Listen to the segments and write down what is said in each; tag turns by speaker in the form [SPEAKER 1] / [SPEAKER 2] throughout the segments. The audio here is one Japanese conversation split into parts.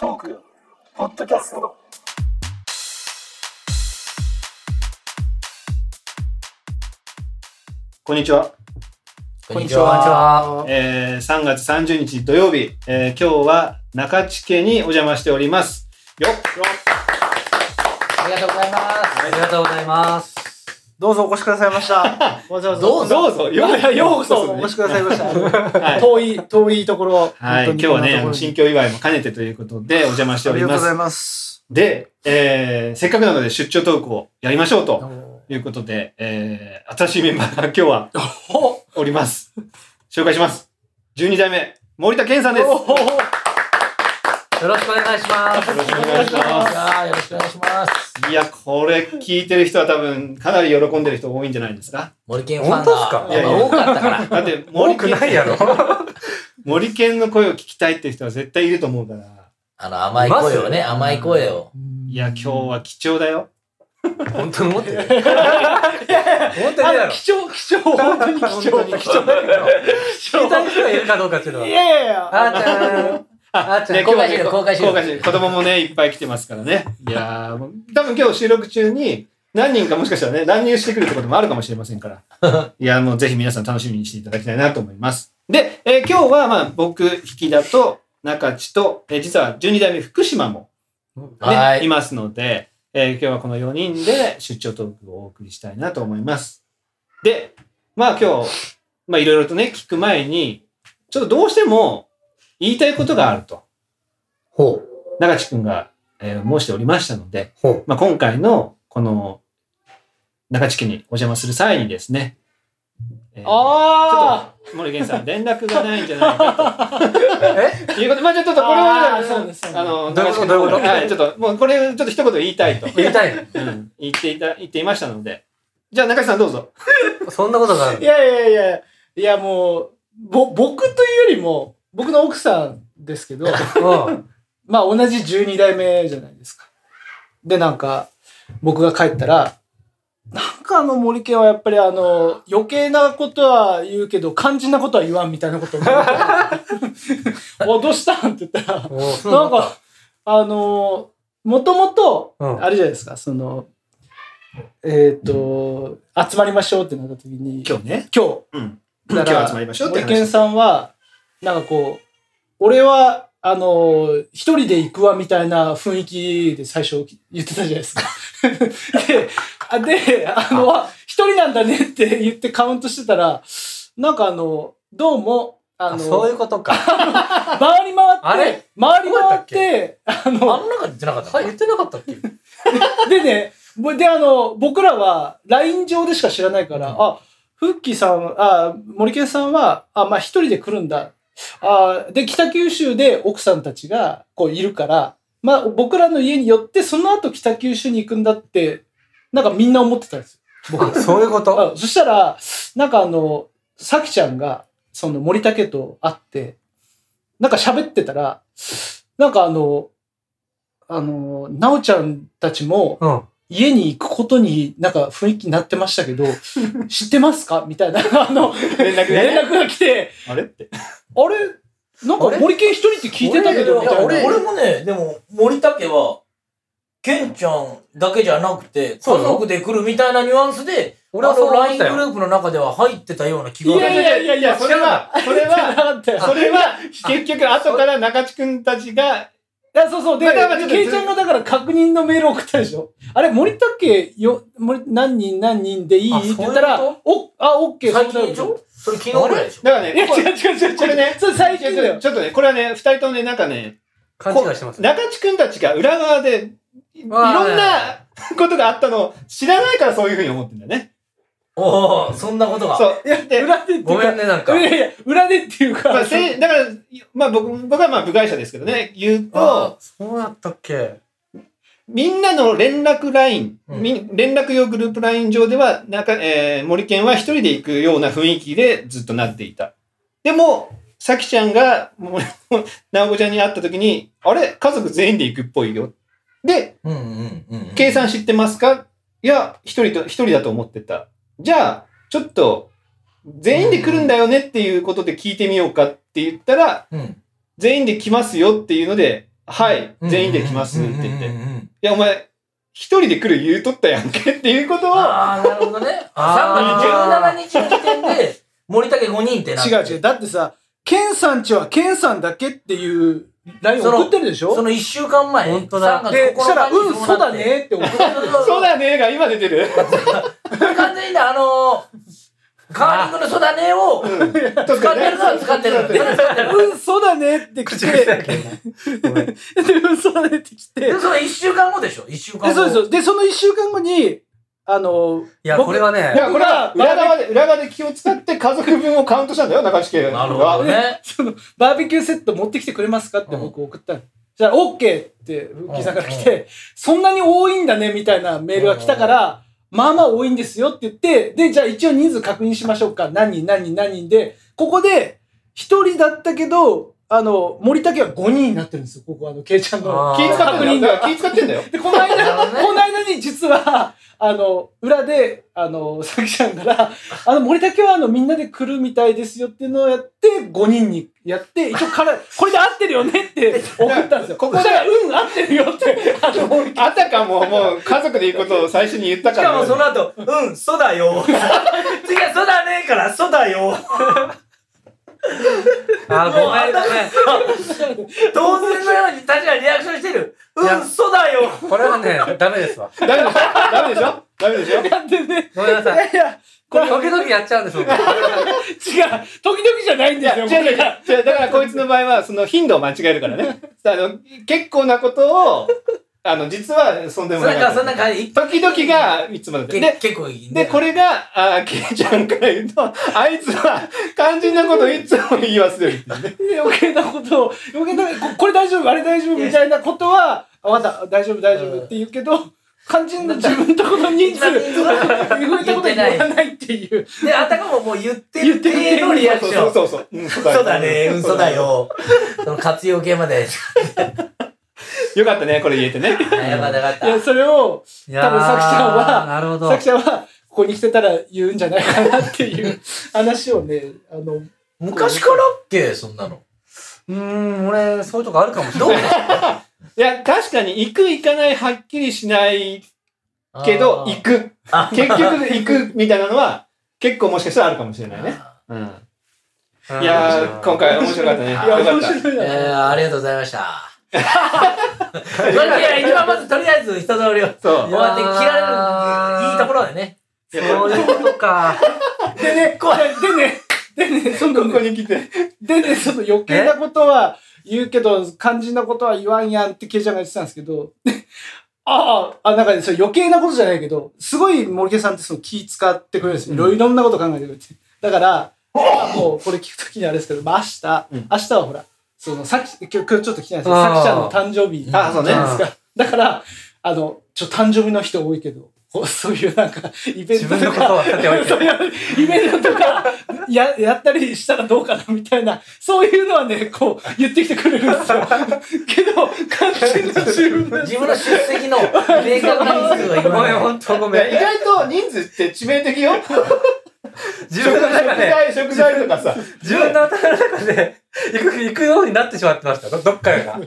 [SPEAKER 1] ークポッドキャスト
[SPEAKER 2] こんにちは、
[SPEAKER 3] こんにちは。
[SPEAKER 2] えー3月30日土曜日、えー今日は中地家にお邪魔しておりますよっ
[SPEAKER 3] ありがとうございます。ありがとうございます。
[SPEAKER 4] どうぞお越しくださいました。わざわざ。
[SPEAKER 3] どうぞ
[SPEAKER 2] どうぞようようこそ、
[SPEAKER 4] お越しくださいました。
[SPEAKER 2] はい、
[SPEAKER 4] 遠い、遠いところ。
[SPEAKER 2] はい、今
[SPEAKER 4] 本当に
[SPEAKER 2] 日はね
[SPEAKER 4] こんなとこ
[SPEAKER 2] あ
[SPEAKER 4] ろ
[SPEAKER 2] の
[SPEAKER 4] に
[SPEAKER 2] 新居祝いも兼ねてということでお邪魔して
[SPEAKER 4] あ
[SPEAKER 2] お
[SPEAKER 4] り
[SPEAKER 2] り
[SPEAKER 4] がとう
[SPEAKER 2] ま
[SPEAKER 4] ござい
[SPEAKER 2] す
[SPEAKER 4] ます。
[SPEAKER 2] で、えーせっかくなので出張トークをやりましょうということで、えー新しいメンバーが今日はおります紹介します12代目森田健さんですよ
[SPEAKER 3] よろしくお願いします。
[SPEAKER 2] ろしくお願いします
[SPEAKER 3] す。よろしくお願いします。
[SPEAKER 2] いや、これ聞いてる人は多分かなり喜んでる人多いんじゃないです か。
[SPEAKER 3] 森健ファ
[SPEAKER 4] 本
[SPEAKER 3] ンが
[SPEAKER 2] 当ですか
[SPEAKER 3] やっぱ多かったから。
[SPEAKER 2] だって
[SPEAKER 4] 多
[SPEAKER 2] 森
[SPEAKER 4] く
[SPEAKER 2] 健、
[SPEAKER 4] ないやろ。
[SPEAKER 2] 森健の声を聞きたいって人は絶対いると思うから。
[SPEAKER 3] あの甘い声をね、甘い声を。
[SPEAKER 2] いや、今日は貴重だよ。
[SPEAKER 3] 本当に思ってる。本当にだろ。
[SPEAKER 2] 貴重、貴重、本当に貴重に貴重。
[SPEAKER 5] 聞いた人がいるかどうかっていうのは。
[SPEAKER 4] いやいやいや。
[SPEAKER 5] あーちゃん。あーちゃん。
[SPEAKER 2] ね
[SPEAKER 3] 公開してる
[SPEAKER 2] 今日は
[SPEAKER 3] 公開してる
[SPEAKER 2] 公開してる。子供もね、いっぱい来てますからね。いやーもう多分今日収録中に何人かもしかしたらね、乱入してくるってこともあるかもしれません から。いやー、もうぜひ皆さん楽しみにしていただきたいなと思います。で、えー今日はまあ僕、引きだと中地と、えー実は12代目福島も、ね、
[SPEAKER 3] はい
[SPEAKER 2] いますので、えー今日はこの4人で出張トークをお送りしたいなと思います。で、まあ今日、まあいろいろとね、聞く前に、ちょっとどうしても言いたいことがあると。
[SPEAKER 3] ほう。
[SPEAKER 2] 長地くんが、えー申しておりましたので
[SPEAKER 3] ほう、
[SPEAKER 2] まあ、今回のこの長地家にお邪魔する際にですね、えー
[SPEAKER 4] あ
[SPEAKER 2] ちょっと森源さん連絡がないんじゃないか
[SPEAKER 5] え
[SPEAKER 2] ということでまあちょっとこれは
[SPEAKER 4] あーそうですそうです
[SPEAKER 2] あの
[SPEAKER 5] どういうこ
[SPEAKER 2] 長地
[SPEAKER 5] と
[SPEAKER 2] 君の方に
[SPEAKER 5] どういうこと
[SPEAKER 2] はいちょっともうこれちょっと一言言いた いと、
[SPEAKER 5] 言いたいの
[SPEAKER 2] うん言っていた言っていましたのでじゃあ中地さんどうぞ
[SPEAKER 5] そんなことがある
[SPEAKER 4] いやいやいや。いやもう、ぼ、僕というよりも、僕の奥さんです けど、
[SPEAKER 5] の。うん。
[SPEAKER 4] まあ同じ12代目じゃないですか。で、なんか、僕が帰ったら、なんかあの森家はやっぱりあの、余計なことは言うけど、肝心なことは言わんみたいなことを言われて お、どうしたんって言ったら、
[SPEAKER 5] おー
[SPEAKER 4] なんか、あのー、もともと、
[SPEAKER 5] うん
[SPEAKER 4] あれじゃないですか、その、えっ、と、集まりましょうってなった時に、
[SPEAKER 2] 今日ね、
[SPEAKER 4] 今
[SPEAKER 2] うん、
[SPEAKER 4] 日、
[SPEAKER 2] 今日集まりましょうって
[SPEAKER 4] 森健
[SPEAKER 2] 話
[SPEAKER 4] さんは、なんかこう、俺は、あのー一人で行くわみたいな雰囲気で最初言ってたじゃない ですか。であ、で、あの、あ一人なんだねって言ってカウントしてたら、なんかあの、どうも、あの、
[SPEAKER 5] あそういうことか。
[SPEAKER 4] 回り回って、
[SPEAKER 5] あれ
[SPEAKER 4] 回り回っ
[SPEAKER 5] どう
[SPEAKER 4] て、あ
[SPEAKER 3] あ
[SPEAKER 4] の、
[SPEAKER 3] の中じゃなかった
[SPEAKER 5] あ言ってなかったっけ
[SPEAKER 4] でね、もうで、あの、僕らは LINE 上でしか知らないから、あ、フッキーさん、あ、森健さんは、あ、まあ、一人で来るんだ。あ、で、北九州で奥さんたちが、こう、いるから、まあ、僕らの家に寄って、その後北九州に行くんだって、なんかみんな思ってたんですよ。
[SPEAKER 5] 僕、そういうこと。
[SPEAKER 4] あそしたら、なんかあの、さきちゃんが、その森竹と会って、なんか喋ってたら、なんかあの、あの、なおちゃんたちも、
[SPEAKER 5] うん。
[SPEAKER 4] 家に行くことになんか雰囲気になってましたけど、知ってますかみたいな、あの、
[SPEAKER 2] 連絡が
[SPEAKER 4] 連
[SPEAKER 2] ね
[SPEAKER 4] 絡が来て、
[SPEAKER 2] あれって
[SPEAKER 4] あれなん
[SPEAKER 5] あ
[SPEAKER 4] か
[SPEAKER 5] れ
[SPEAKER 4] 森健一人って聞いてたけど、みたいな。
[SPEAKER 5] 俺
[SPEAKER 3] 俺もね、でも、森田家は、ケンちゃんだけじゃなくて、家
[SPEAKER 5] そうなの
[SPEAKER 3] 族で来るみたいなニュアンスで、
[SPEAKER 5] 俺は
[SPEAKER 3] あ
[SPEAKER 5] そ
[SPEAKER 3] の
[SPEAKER 5] う思っ
[SPEAKER 3] LINE
[SPEAKER 5] て
[SPEAKER 3] グ
[SPEAKER 5] た
[SPEAKER 3] ル
[SPEAKER 5] よ
[SPEAKER 3] ープの中では入ってたような気が
[SPEAKER 4] いやいやいやいや、
[SPEAKER 2] それはそれ
[SPEAKER 4] 知らな
[SPEAKER 2] は
[SPEAKER 4] かったよ。
[SPEAKER 2] それは結局後から中地君たちが
[SPEAKER 4] いやそうそう。で、
[SPEAKER 2] まあだからちょっと
[SPEAKER 4] ケイちゃんがだから確認のメール送ったでしょ。あれ、森田家よ、森何人何人でいい
[SPEAKER 3] あ
[SPEAKER 4] って言ったら
[SPEAKER 3] そういう、
[SPEAKER 4] お、あ、オッケー、
[SPEAKER 3] 最近でし
[SPEAKER 4] そう
[SPEAKER 3] ょそれ昨日ぐらいでしょ
[SPEAKER 2] だからね
[SPEAKER 4] だよいや、違う違う違う違う。
[SPEAKER 2] これね
[SPEAKER 4] それ最近だよ。
[SPEAKER 2] ちょっとね、これはね、二人ともね、なんかね、
[SPEAKER 5] 勘違いしてます。
[SPEAKER 2] 中地くんたちが裏側で、いいろん
[SPEAKER 5] わあ
[SPEAKER 2] なことがあったのを知らないからそういうふうに思ってんだよね。
[SPEAKER 3] おお、そんなことが。
[SPEAKER 2] そう。で、
[SPEAKER 4] 裏でってい
[SPEAKER 5] ご
[SPEAKER 4] う
[SPEAKER 5] め
[SPEAKER 4] か、
[SPEAKER 5] んね、なん
[SPEAKER 4] い
[SPEAKER 5] か。
[SPEAKER 4] やいや、裏でっていうか、
[SPEAKER 2] まあ、せだから、まあ僕、僕はまあ部外者ですけどね、言う
[SPEAKER 5] あ
[SPEAKER 2] と、
[SPEAKER 5] そうやったっけ
[SPEAKER 2] みんなの連絡ライン、
[SPEAKER 5] うん
[SPEAKER 2] み連絡用グループライン上では、なんか、えー、森健は一人で行くような雰囲気でずっとなっていた。でも、さきちゃんが、もう直子ちゃんに会った時に、あれ家族全員で行くっぽいよ。で、
[SPEAKER 3] うんうんうんうん。
[SPEAKER 2] 計算知ってますかいや、一人と、一人だと思ってた。じゃあ、ちょっと、全員で来るんだよねっていうことで聞いてみようかって言ったら、
[SPEAKER 3] うん。
[SPEAKER 2] 全員で来ますよっていうので、はい、全員で来ますって言って、
[SPEAKER 3] うん
[SPEAKER 2] い
[SPEAKER 3] うんうんうん
[SPEAKER 2] や、お前、一人で来る言うとったやんけっていうことは、
[SPEAKER 3] ああ、なるほどね。
[SPEAKER 5] あ
[SPEAKER 3] 3月17日の時点で、森竹5人ってなって
[SPEAKER 4] 違う違う。だってさ、ケンさんちはケンさんだけっていうライン送ってるでし
[SPEAKER 3] そ
[SPEAKER 4] ょ
[SPEAKER 3] の1週間前。
[SPEAKER 5] 本当だ
[SPEAKER 3] 3月9日
[SPEAKER 4] で、
[SPEAKER 3] に
[SPEAKER 4] したら、うん、
[SPEAKER 3] そ
[SPEAKER 4] そう
[SPEAKER 3] うなっ
[SPEAKER 4] だ
[SPEAKER 3] て。
[SPEAKER 4] ねって 送って
[SPEAKER 3] そうそう
[SPEAKER 2] そ
[SPEAKER 3] そうう。
[SPEAKER 2] だねが今出てる。
[SPEAKER 3] 完全にねあのー、カーリングのそうだねを
[SPEAKER 2] 使 っ
[SPEAKER 3] 使ってるのは使ってる。それは使ってる。
[SPEAKER 4] うん、そうだねって来
[SPEAKER 5] 口癖だ
[SPEAKER 4] て、
[SPEAKER 5] けど。ごめん
[SPEAKER 4] で、うん、そうだねって来て
[SPEAKER 3] で、、その1週間後でしょ ?1 週間
[SPEAKER 4] で、
[SPEAKER 3] 後。
[SPEAKER 4] そうですよ。で、その一週間後に、あの、
[SPEAKER 5] いや、
[SPEAKER 4] 僕
[SPEAKER 5] これはね
[SPEAKER 2] い、や、これは裏側で、裏側で気を使って家族分をカウントしたんだよ、中地家
[SPEAKER 3] なるほど
[SPEAKER 2] が。
[SPEAKER 3] ね。
[SPEAKER 4] その、バーベキューセット持ってきてくれますかって僕送ったの。じゃあ、OK って、ふっきーさんから来て、そんなに多いんだねみたいなメールが来たから、まあまあ多いんですよって言って、で、じゃあ一応人数確認しましょうか。何人何人何人で、ここで、一人だったけど、あの、森竹は5人になってるんですよ。ここ、あの、ケイちゃんの。
[SPEAKER 5] あー
[SPEAKER 2] 気使ってんだよ。だから気使ってんだよ。
[SPEAKER 4] で、この間、
[SPEAKER 3] なるほどね
[SPEAKER 4] この間に実は、あの、裏で、あの、さきちゃんから、あの、森竹はあの、みんなで来るみたいですよっていうのをやって、5人にやって、一応から、これで合ってるよねって送ったんですよ。ここで、うん、合ってるよって、あの、森
[SPEAKER 2] あたかももう家族で言うことを最初に言った
[SPEAKER 3] し
[SPEAKER 2] か
[SPEAKER 3] からも。その後、うん、そうだよ。次はそうだねから、そうだよ。
[SPEAKER 5] あー、ごめんごめん。
[SPEAKER 3] 当然のように確かにリアクションしてる。
[SPEAKER 5] いうや
[SPEAKER 3] ん、そうだよ。
[SPEAKER 5] これはね、ダメですわ。
[SPEAKER 2] ダメでしょダメでしょダメでしょ
[SPEAKER 4] やってね。
[SPEAKER 5] ごめん ないさい。
[SPEAKER 4] やいや、
[SPEAKER 5] これ、時々やっちゃうんですよ。 僕
[SPEAKER 4] 違う、時々じゃないん
[SPEAKER 2] い
[SPEAKER 4] で
[SPEAKER 2] や
[SPEAKER 4] すよ、
[SPEAKER 2] 違う違う
[SPEAKER 4] 僕が
[SPEAKER 2] 違うだからこいつの場合はその頻度を間違えるからねあの結構なことをあの実はそんで
[SPEAKER 3] そん
[SPEAKER 2] もな
[SPEAKER 3] ないか、そんな感じ。
[SPEAKER 2] 時々がいつもだって
[SPEAKER 3] け
[SPEAKER 2] で
[SPEAKER 3] 結構いいね。
[SPEAKER 2] でこれがあーケイちゃんから言うとあいつは肝心なことをいつも言い忘れるっていうね
[SPEAKER 4] 余計なことを、余計な、ここれ大丈夫、あれ大丈夫みたいなことは、あ、まだ、大丈夫、大丈夫って言うけど、肝心な自分のところの人数、 動いたことに乗らないっていう。
[SPEAKER 3] で、あたかももう言って
[SPEAKER 4] 言っ
[SPEAKER 3] る
[SPEAKER 4] てる
[SPEAKER 3] 程度のリアクシ
[SPEAKER 2] そ
[SPEAKER 3] ョ
[SPEAKER 2] う
[SPEAKER 3] ン。
[SPEAKER 2] そうそう、うん、そう
[SPEAKER 3] そうだね、うん、そうだよ。その活用系まで。
[SPEAKER 2] よかったねこれ言えてね
[SPEAKER 3] あやばいよかっ
[SPEAKER 4] い
[SPEAKER 3] た。
[SPEAKER 4] や、それを、
[SPEAKER 5] いやー
[SPEAKER 4] 多分作者は
[SPEAKER 5] なるほど。
[SPEAKER 4] 作者は、ここに来てたら言うんじゃないかなっていう話をね、あの、
[SPEAKER 3] 昔からっけ、そんなの。
[SPEAKER 5] うーん、俺、そういうとこあるかもしれ
[SPEAKER 3] どう
[SPEAKER 5] ない。
[SPEAKER 2] いや確かに行く行かないはっきりしないけど
[SPEAKER 3] あー
[SPEAKER 2] 行く
[SPEAKER 3] あ
[SPEAKER 2] 結局行くみたいなのは結構もしかしたらあるかもしれないねうんいやー、今回面白かったね。
[SPEAKER 4] い
[SPEAKER 2] よ
[SPEAKER 4] や、
[SPEAKER 2] か
[SPEAKER 4] 面
[SPEAKER 2] った。
[SPEAKER 4] 白い
[SPEAKER 3] いやい
[SPEAKER 4] な。
[SPEAKER 3] やありがとうございま した。まずいや一番まずとりあえず人通りを
[SPEAKER 2] そう
[SPEAKER 3] 終。わって切られるいいところだよね。
[SPEAKER 5] そういうことか。
[SPEAKER 4] でね、でね、でね、その
[SPEAKER 2] ここに来て。
[SPEAKER 4] でね、その余計なことは言うけど、肝心なことは言わんやんってケイちゃんが言ってたんですけど、ああ、あ、なんかね、それ余計なことじゃないけど、すごい森毛さんってその気使ってくれるんですよ。いろいろんなこと考えてくれて。だから、まあもうこれ聞くときにあれですけど、まあ明日、
[SPEAKER 2] うん
[SPEAKER 4] 明日はほら、その、さき、今日、今日ちょっと来てないですけど、
[SPEAKER 5] あ
[SPEAKER 4] さき
[SPEAKER 5] ー
[SPEAKER 4] ちゃんの誕生日じゃ
[SPEAKER 2] あそうね
[SPEAKER 4] ないですか。だから、あの、ちょ、誕生日の人多いけど、こうそういうなんか、イベン
[SPEAKER 5] 自
[SPEAKER 4] トと
[SPEAKER 5] 分のこ
[SPEAKER 4] か
[SPEAKER 5] と、はさておい て
[SPEAKER 4] そ。ういうイベントとか ややったりしたらどうかなみたいなそういうのはねこう言ってきてくれるんですよけど関心の自分の
[SPEAKER 3] 自分の出席の明確な人数が
[SPEAKER 5] ごめん、
[SPEAKER 3] 今
[SPEAKER 5] ほ
[SPEAKER 3] の。
[SPEAKER 5] んとご
[SPEAKER 2] 意
[SPEAKER 5] めん。
[SPEAKER 2] 外と人数って致命的よ。
[SPEAKER 5] 自
[SPEAKER 2] 食
[SPEAKER 5] 分の中で、
[SPEAKER 2] 材、食材とかさ。
[SPEAKER 5] 自分の頭の中で、行く、行くようになってしまってました。どどっかが。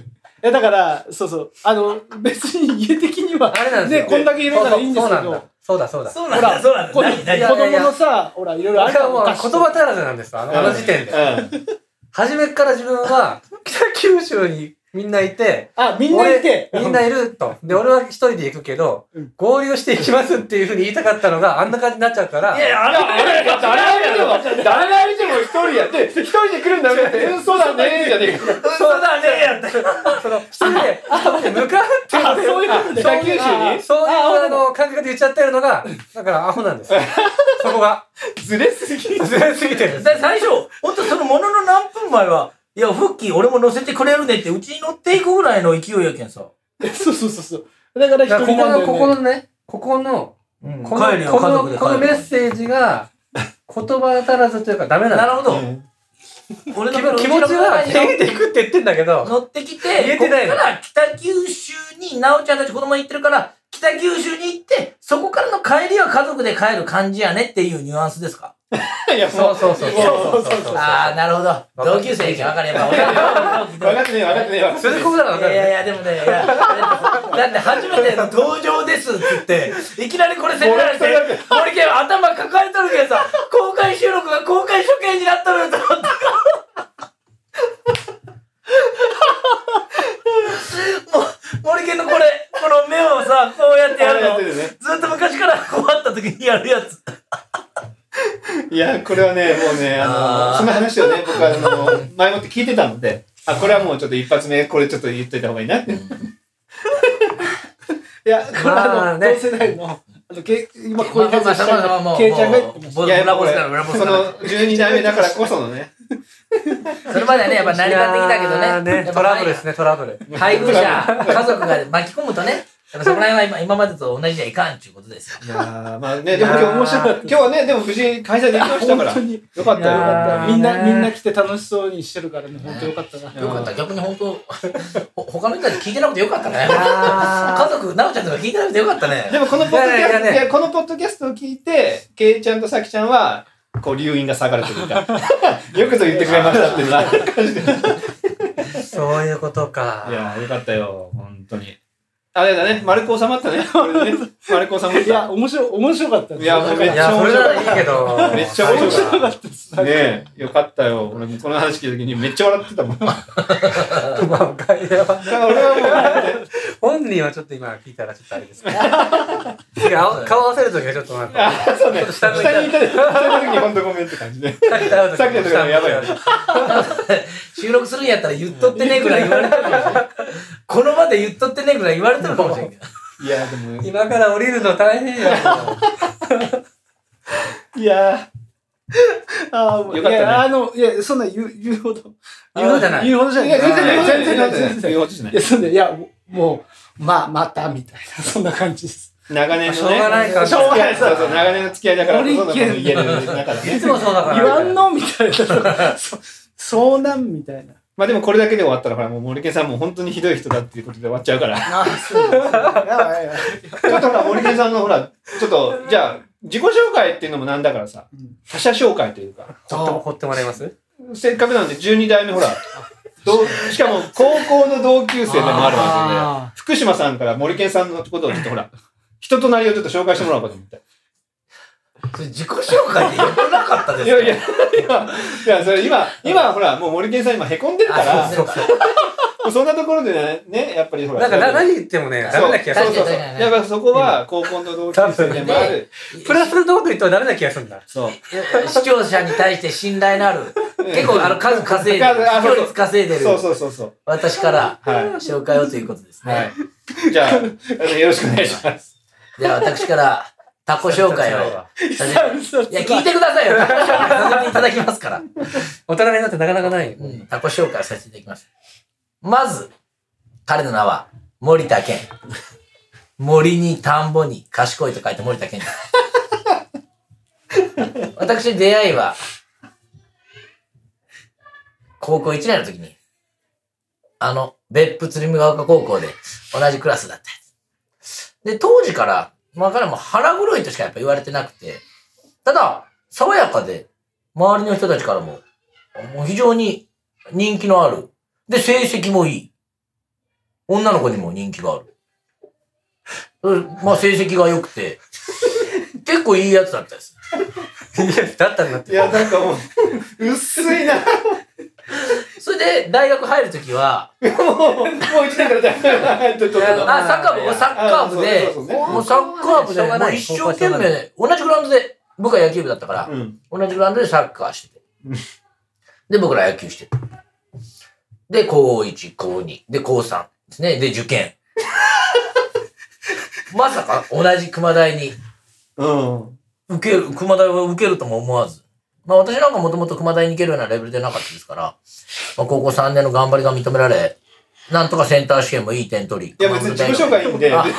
[SPEAKER 4] えだからそうそうあの別に家的には
[SPEAKER 5] あれなんですよ
[SPEAKER 4] ねこんだけ入れたらいいんですけど
[SPEAKER 5] そうだそうだ。そう
[SPEAKER 3] そうなんだ、そうなん
[SPEAKER 4] こ
[SPEAKER 3] だ
[SPEAKER 4] の。
[SPEAKER 3] 何、何
[SPEAKER 5] や
[SPEAKER 4] 子供のさほらいろいろある
[SPEAKER 5] だ。だからもう
[SPEAKER 4] お
[SPEAKER 5] 言
[SPEAKER 4] 菓子と
[SPEAKER 5] 葉足らずなんですよあのあの時点で。
[SPEAKER 2] うん。
[SPEAKER 5] 初めから自分は、北九州にみんないて、
[SPEAKER 4] あみんないて
[SPEAKER 5] 俺みんないると。で、俺は一人で行くけど、合流していきますっていうふうに言いたかったのが、あんな感じになっちゃうから
[SPEAKER 3] い、やいや、あれ
[SPEAKER 2] あれ、誰が見ても、誰が見ても一人やって、一人で来るんだよって、うん、そうだね、じゃねえか。
[SPEAKER 3] 嘘だねやった。
[SPEAKER 5] その、一人で、一人で向かって、
[SPEAKER 4] あそういうことで
[SPEAKER 2] 北九州に
[SPEAKER 5] そう
[SPEAKER 4] あ
[SPEAKER 5] いう
[SPEAKER 4] 俺
[SPEAKER 5] あの感覚で言っちゃってるのが、だからアホな んですよ。そこが。
[SPEAKER 2] ずれすぎ。
[SPEAKER 5] ずれすぎてる。
[SPEAKER 3] で最初、ほんとそのものの何分前は、いや、フッキー俺も乗せてくれるねって、うちに乗っていくぐらいの勢いやけんさ。
[SPEAKER 4] そうそうそうそうだから一
[SPEAKER 5] だから
[SPEAKER 4] 人
[SPEAKER 5] ここ
[SPEAKER 4] なんだ
[SPEAKER 5] の、ここ
[SPEAKER 4] よね
[SPEAKER 5] のね、ここの、
[SPEAKER 3] うん
[SPEAKER 5] この、
[SPEAKER 3] 帰りよ、
[SPEAKER 5] こ
[SPEAKER 3] 家族
[SPEAKER 5] の、
[SPEAKER 3] で
[SPEAKER 5] このメッ
[SPEAKER 3] 帰
[SPEAKER 5] セージが、言葉足らずというかダメ
[SPEAKER 3] り。な
[SPEAKER 5] なの。
[SPEAKER 3] るほど。俺の
[SPEAKER 5] 気持ちは、逃げていくって言ってんだけど、
[SPEAKER 3] 乗ってきて、
[SPEAKER 5] 言えてない
[SPEAKER 3] こ
[SPEAKER 5] の
[SPEAKER 3] こから北九州に、なおちゃんたち子供行ってるから、北九州に行って、そこからの帰りは家族で帰る感じやねっていうニュアンスですか
[SPEAKER 2] いや、
[SPEAKER 5] そ
[SPEAKER 2] も
[SPEAKER 5] うそうそう。
[SPEAKER 2] そうそうそうそう
[SPEAKER 3] ああ、なるほど。同級生意見分かれば。俺は
[SPEAKER 2] う。分かってねえ、分かってねえ、分かって
[SPEAKER 5] そ
[SPEAKER 2] ね
[SPEAKER 5] れこそだから分
[SPEAKER 3] い
[SPEAKER 5] かる
[SPEAKER 3] やいや、でもね、いやだって初めて登場ですって言って、いきなりこれ攻められて、森健頭抱えとるけどさ、公開収録が公開処刑になっとると思ったもう森健のこれ、この目をさ、こうやって
[SPEAKER 2] え。
[SPEAKER 3] や
[SPEAKER 2] あれやって
[SPEAKER 3] る
[SPEAKER 2] る
[SPEAKER 3] の。
[SPEAKER 2] ね。
[SPEAKER 3] ずっと昔から困った時にやるやつ。
[SPEAKER 2] いや、これはね、もうね、あ
[SPEAKER 3] あ
[SPEAKER 2] の、
[SPEAKER 3] ー
[SPEAKER 2] その話をね、僕は、あの、前もって聞いてたので、あ、これはもうちょっと一発目、これちょっと言っといた方がいいなって。
[SPEAKER 4] いや、これ
[SPEAKER 5] ま
[SPEAKER 4] は
[SPEAKER 5] あ
[SPEAKER 4] あの、
[SPEAKER 5] ね
[SPEAKER 4] 同世代の、あの、け今こういう話をしたい
[SPEAKER 3] まあまあまあまあもう
[SPEAKER 4] けいちゃんが言ってまし
[SPEAKER 3] もう
[SPEAKER 2] いや
[SPEAKER 3] 裏ボスだ
[SPEAKER 2] こ
[SPEAKER 3] 裏ボ
[SPEAKER 2] れそ
[SPEAKER 3] スだ
[SPEAKER 2] の、12代目だからこそのね。
[SPEAKER 3] それまではね、やっぱ成り立ってきたけどね。
[SPEAKER 5] いやー
[SPEAKER 3] やっぱ
[SPEAKER 5] トラブルですね、トラブル。
[SPEAKER 3] 配偶者、 家族が巻き込むとね、やっぱそこら辺は今今までと同じじゃいかんっていうことですよ。
[SPEAKER 2] いやーまあね、でも
[SPEAKER 5] いやー
[SPEAKER 2] 今日面白かった。今日はね、でも無事開催できま
[SPEAKER 4] た。
[SPEAKER 2] したから。
[SPEAKER 4] 本当に。
[SPEAKER 2] よかったよかった。
[SPEAKER 5] あー
[SPEAKER 4] みんな、
[SPEAKER 5] ね
[SPEAKER 4] みんな来て楽しそうにしてるからね、本当よかったな。
[SPEAKER 2] や
[SPEAKER 3] よかった、逆に本当、ほ他の人たち聞いてなくてよかったね。
[SPEAKER 5] あ
[SPEAKER 3] 家族、なおちゃんとか聞いてなくてよかったね。
[SPEAKER 2] でもこのポッドキャ
[SPEAKER 5] いやいや
[SPEAKER 2] ス
[SPEAKER 5] い
[SPEAKER 2] ト、
[SPEAKER 5] や
[SPEAKER 2] いや、このポッドキャストを聞いて、ケイちゃんとサキちゃんは、こう、留飲が下がるというか、 よくぞ言ってくれましたっていうのは。
[SPEAKER 5] ーそういうことか。
[SPEAKER 2] いやー、よかったよ、本当に。あれだね、丸く収まったね。これでね丸く収まっ
[SPEAKER 4] いや、面白い、面白かったです
[SPEAKER 2] いやもうめっ
[SPEAKER 5] い
[SPEAKER 2] ちゃ
[SPEAKER 5] や、そ
[SPEAKER 2] 面
[SPEAKER 5] れ
[SPEAKER 2] 白
[SPEAKER 5] な
[SPEAKER 2] かっ
[SPEAKER 5] らいいけど。
[SPEAKER 2] めっちゃ面
[SPEAKER 4] 面白
[SPEAKER 2] 白
[SPEAKER 4] かったです。
[SPEAKER 2] た。ねえ、よかったよ。俺もこの話聞いた時にめっちゃ笑って たもん。だか
[SPEAKER 5] まあ、外野は
[SPEAKER 2] ら俺はもう、ね、
[SPEAKER 5] 本人はちょっと今聞いたらちょっとあ れですけど。次顔顔合わせるときはちょっとなんか、
[SPEAKER 2] あ、そうね、下
[SPEAKER 5] 下
[SPEAKER 2] に
[SPEAKER 5] 向
[SPEAKER 2] いた
[SPEAKER 5] いた
[SPEAKER 2] 下にいた時に本当ごめんって感じで。
[SPEAKER 5] さっきと会う時
[SPEAKER 2] さっきのところやばいよ
[SPEAKER 3] 収録するんやったら言っとってねぐらい言われてるかもしれない。この場で言っとってねぐらい言われてるかもしれ んけど。
[SPEAKER 2] いや、でも、
[SPEAKER 5] 今から降りるの大変
[SPEAKER 2] い
[SPEAKER 5] や
[SPEAKER 2] や
[SPEAKER 4] あー
[SPEAKER 2] よかった
[SPEAKER 4] い
[SPEAKER 2] ね
[SPEAKER 4] や、あの、いや、そんな言う、言うほど。
[SPEAKER 5] 言うほどじゃない
[SPEAKER 4] 言うほどじゃ
[SPEAKER 2] ー、い
[SPEAKER 4] ない。
[SPEAKER 2] や、全
[SPEAKER 4] あー
[SPEAKER 2] 然、全然、
[SPEAKER 4] 全
[SPEAKER 2] 全然、全
[SPEAKER 4] 然。いや、
[SPEAKER 2] 然、
[SPEAKER 4] そんで、いや、もう、まあ、また、みたいな、そんな感じです。
[SPEAKER 2] 長年のね、
[SPEAKER 5] しょうがないから
[SPEAKER 2] しょうがない、そうそう、長年の付き合いだからこその、この
[SPEAKER 4] 森健
[SPEAKER 2] 家の中で
[SPEAKER 5] い
[SPEAKER 2] ね。
[SPEAKER 5] つもそうだから。
[SPEAKER 4] 言わんのみたい な。そそうなんみたいな。
[SPEAKER 2] まあでもこれだけで終わったら、ほら、もう森健さんも本当にひどい人だっていうことで終わっちゃうから。
[SPEAKER 4] あそうですね。いやいやいや
[SPEAKER 2] ちょっとほら、森健さんのほら、ちょっと、じゃあ、自己紹介っていうのもなんだからさ
[SPEAKER 4] うん、
[SPEAKER 2] 他者紹介というか、
[SPEAKER 5] ちょっと掘ってもらえます
[SPEAKER 2] せっかくなんで12代目ほら、どうしかも高校の同級生でもあるわけで、
[SPEAKER 4] あ
[SPEAKER 2] 福島さんから森健さんのことをちょっとほら、人となりをちょっと紹介してもらおうかと思って。
[SPEAKER 3] それ自己紹介で言ってなかったです
[SPEAKER 2] いやいや、いや、いや、それ今、今ほら、もう森健さん今凹んでるか
[SPEAKER 3] あ
[SPEAKER 2] ら、
[SPEAKER 3] そうそう
[SPEAKER 2] もうそんなところでね、ね、やっぱりほら、
[SPEAKER 5] なんかな何言ってもね、ダメな気がす
[SPEAKER 2] そう
[SPEAKER 5] る。
[SPEAKER 2] そうそう。
[SPEAKER 3] 確かに確かに
[SPEAKER 2] やっぱそこは高校の同級生でもある。
[SPEAKER 5] プラスのこと言ってもダメな気がするんだ。
[SPEAKER 2] そう。
[SPEAKER 3] 視聴者に対して信頼のある、結構あの数稼いでる、
[SPEAKER 2] 数あ
[SPEAKER 3] 視
[SPEAKER 2] そうそう
[SPEAKER 3] 聴率稼いでる、
[SPEAKER 2] そうそうそうそう。
[SPEAKER 3] 私から
[SPEAKER 2] はい。
[SPEAKER 3] 紹介をということですね。
[SPEAKER 2] はい。じゃあ、あのよろしくお願いします。
[SPEAKER 3] では私から タコ紹介を。させていや、聞いてくだ さいよ。タコ紹介させていただきますから。
[SPEAKER 5] 大人になってなかな かない。
[SPEAKER 3] うん、タコ紹介させていただきます。まず、彼の名は森田健。森に田んぼに賢いと書いて森田健です。私、出会いは、高校1年の時に、あの、別府鶴見ヶ丘高校で同じクラスだったやつ。で、当時から、まあ彼も腹黒いとしかやっぱ言われてなくて、ただ、爽やかで、周りの人たちからも、もう非常に人気のある。で、成績もいい。女の子にも人気がある。うんまあ、成績が良くて、結構いいやつだったです。
[SPEAKER 5] いや、だったんだっ
[SPEAKER 2] い
[SPEAKER 5] て。
[SPEAKER 2] や、なんかもう、薄いな。も
[SPEAKER 3] それで、大学入るときは、
[SPEAKER 2] う、もう一年から大学入ってとっとと。
[SPEAKER 3] あ、サッカー部、サッカー部
[SPEAKER 2] あ
[SPEAKER 3] で
[SPEAKER 2] そうそうそう、ね
[SPEAKER 3] もうサッカー部
[SPEAKER 5] しょうが
[SPEAKER 3] で、も
[SPEAKER 5] な
[SPEAKER 3] う
[SPEAKER 5] い
[SPEAKER 3] 一生懸命、同じグラウンドで、僕は野球部だったから、
[SPEAKER 2] うん。
[SPEAKER 3] 同じグラウンドでサッカー してて。で、僕ら野球してて。で、高1、高2、で、高3ですね。で、受 験。まさか同じ熊大に
[SPEAKER 2] うん。
[SPEAKER 3] 受ける、熊大は受けるとも思わず。まあ私なんかもともと熊大に行けるようなレベルでなかったですから、まあ高校3年の頑張りが認められ、なんとかセンター試験もいい点取り。
[SPEAKER 2] いや、別に自己紹介いいんで。
[SPEAKER 3] あ
[SPEAKER 2] 自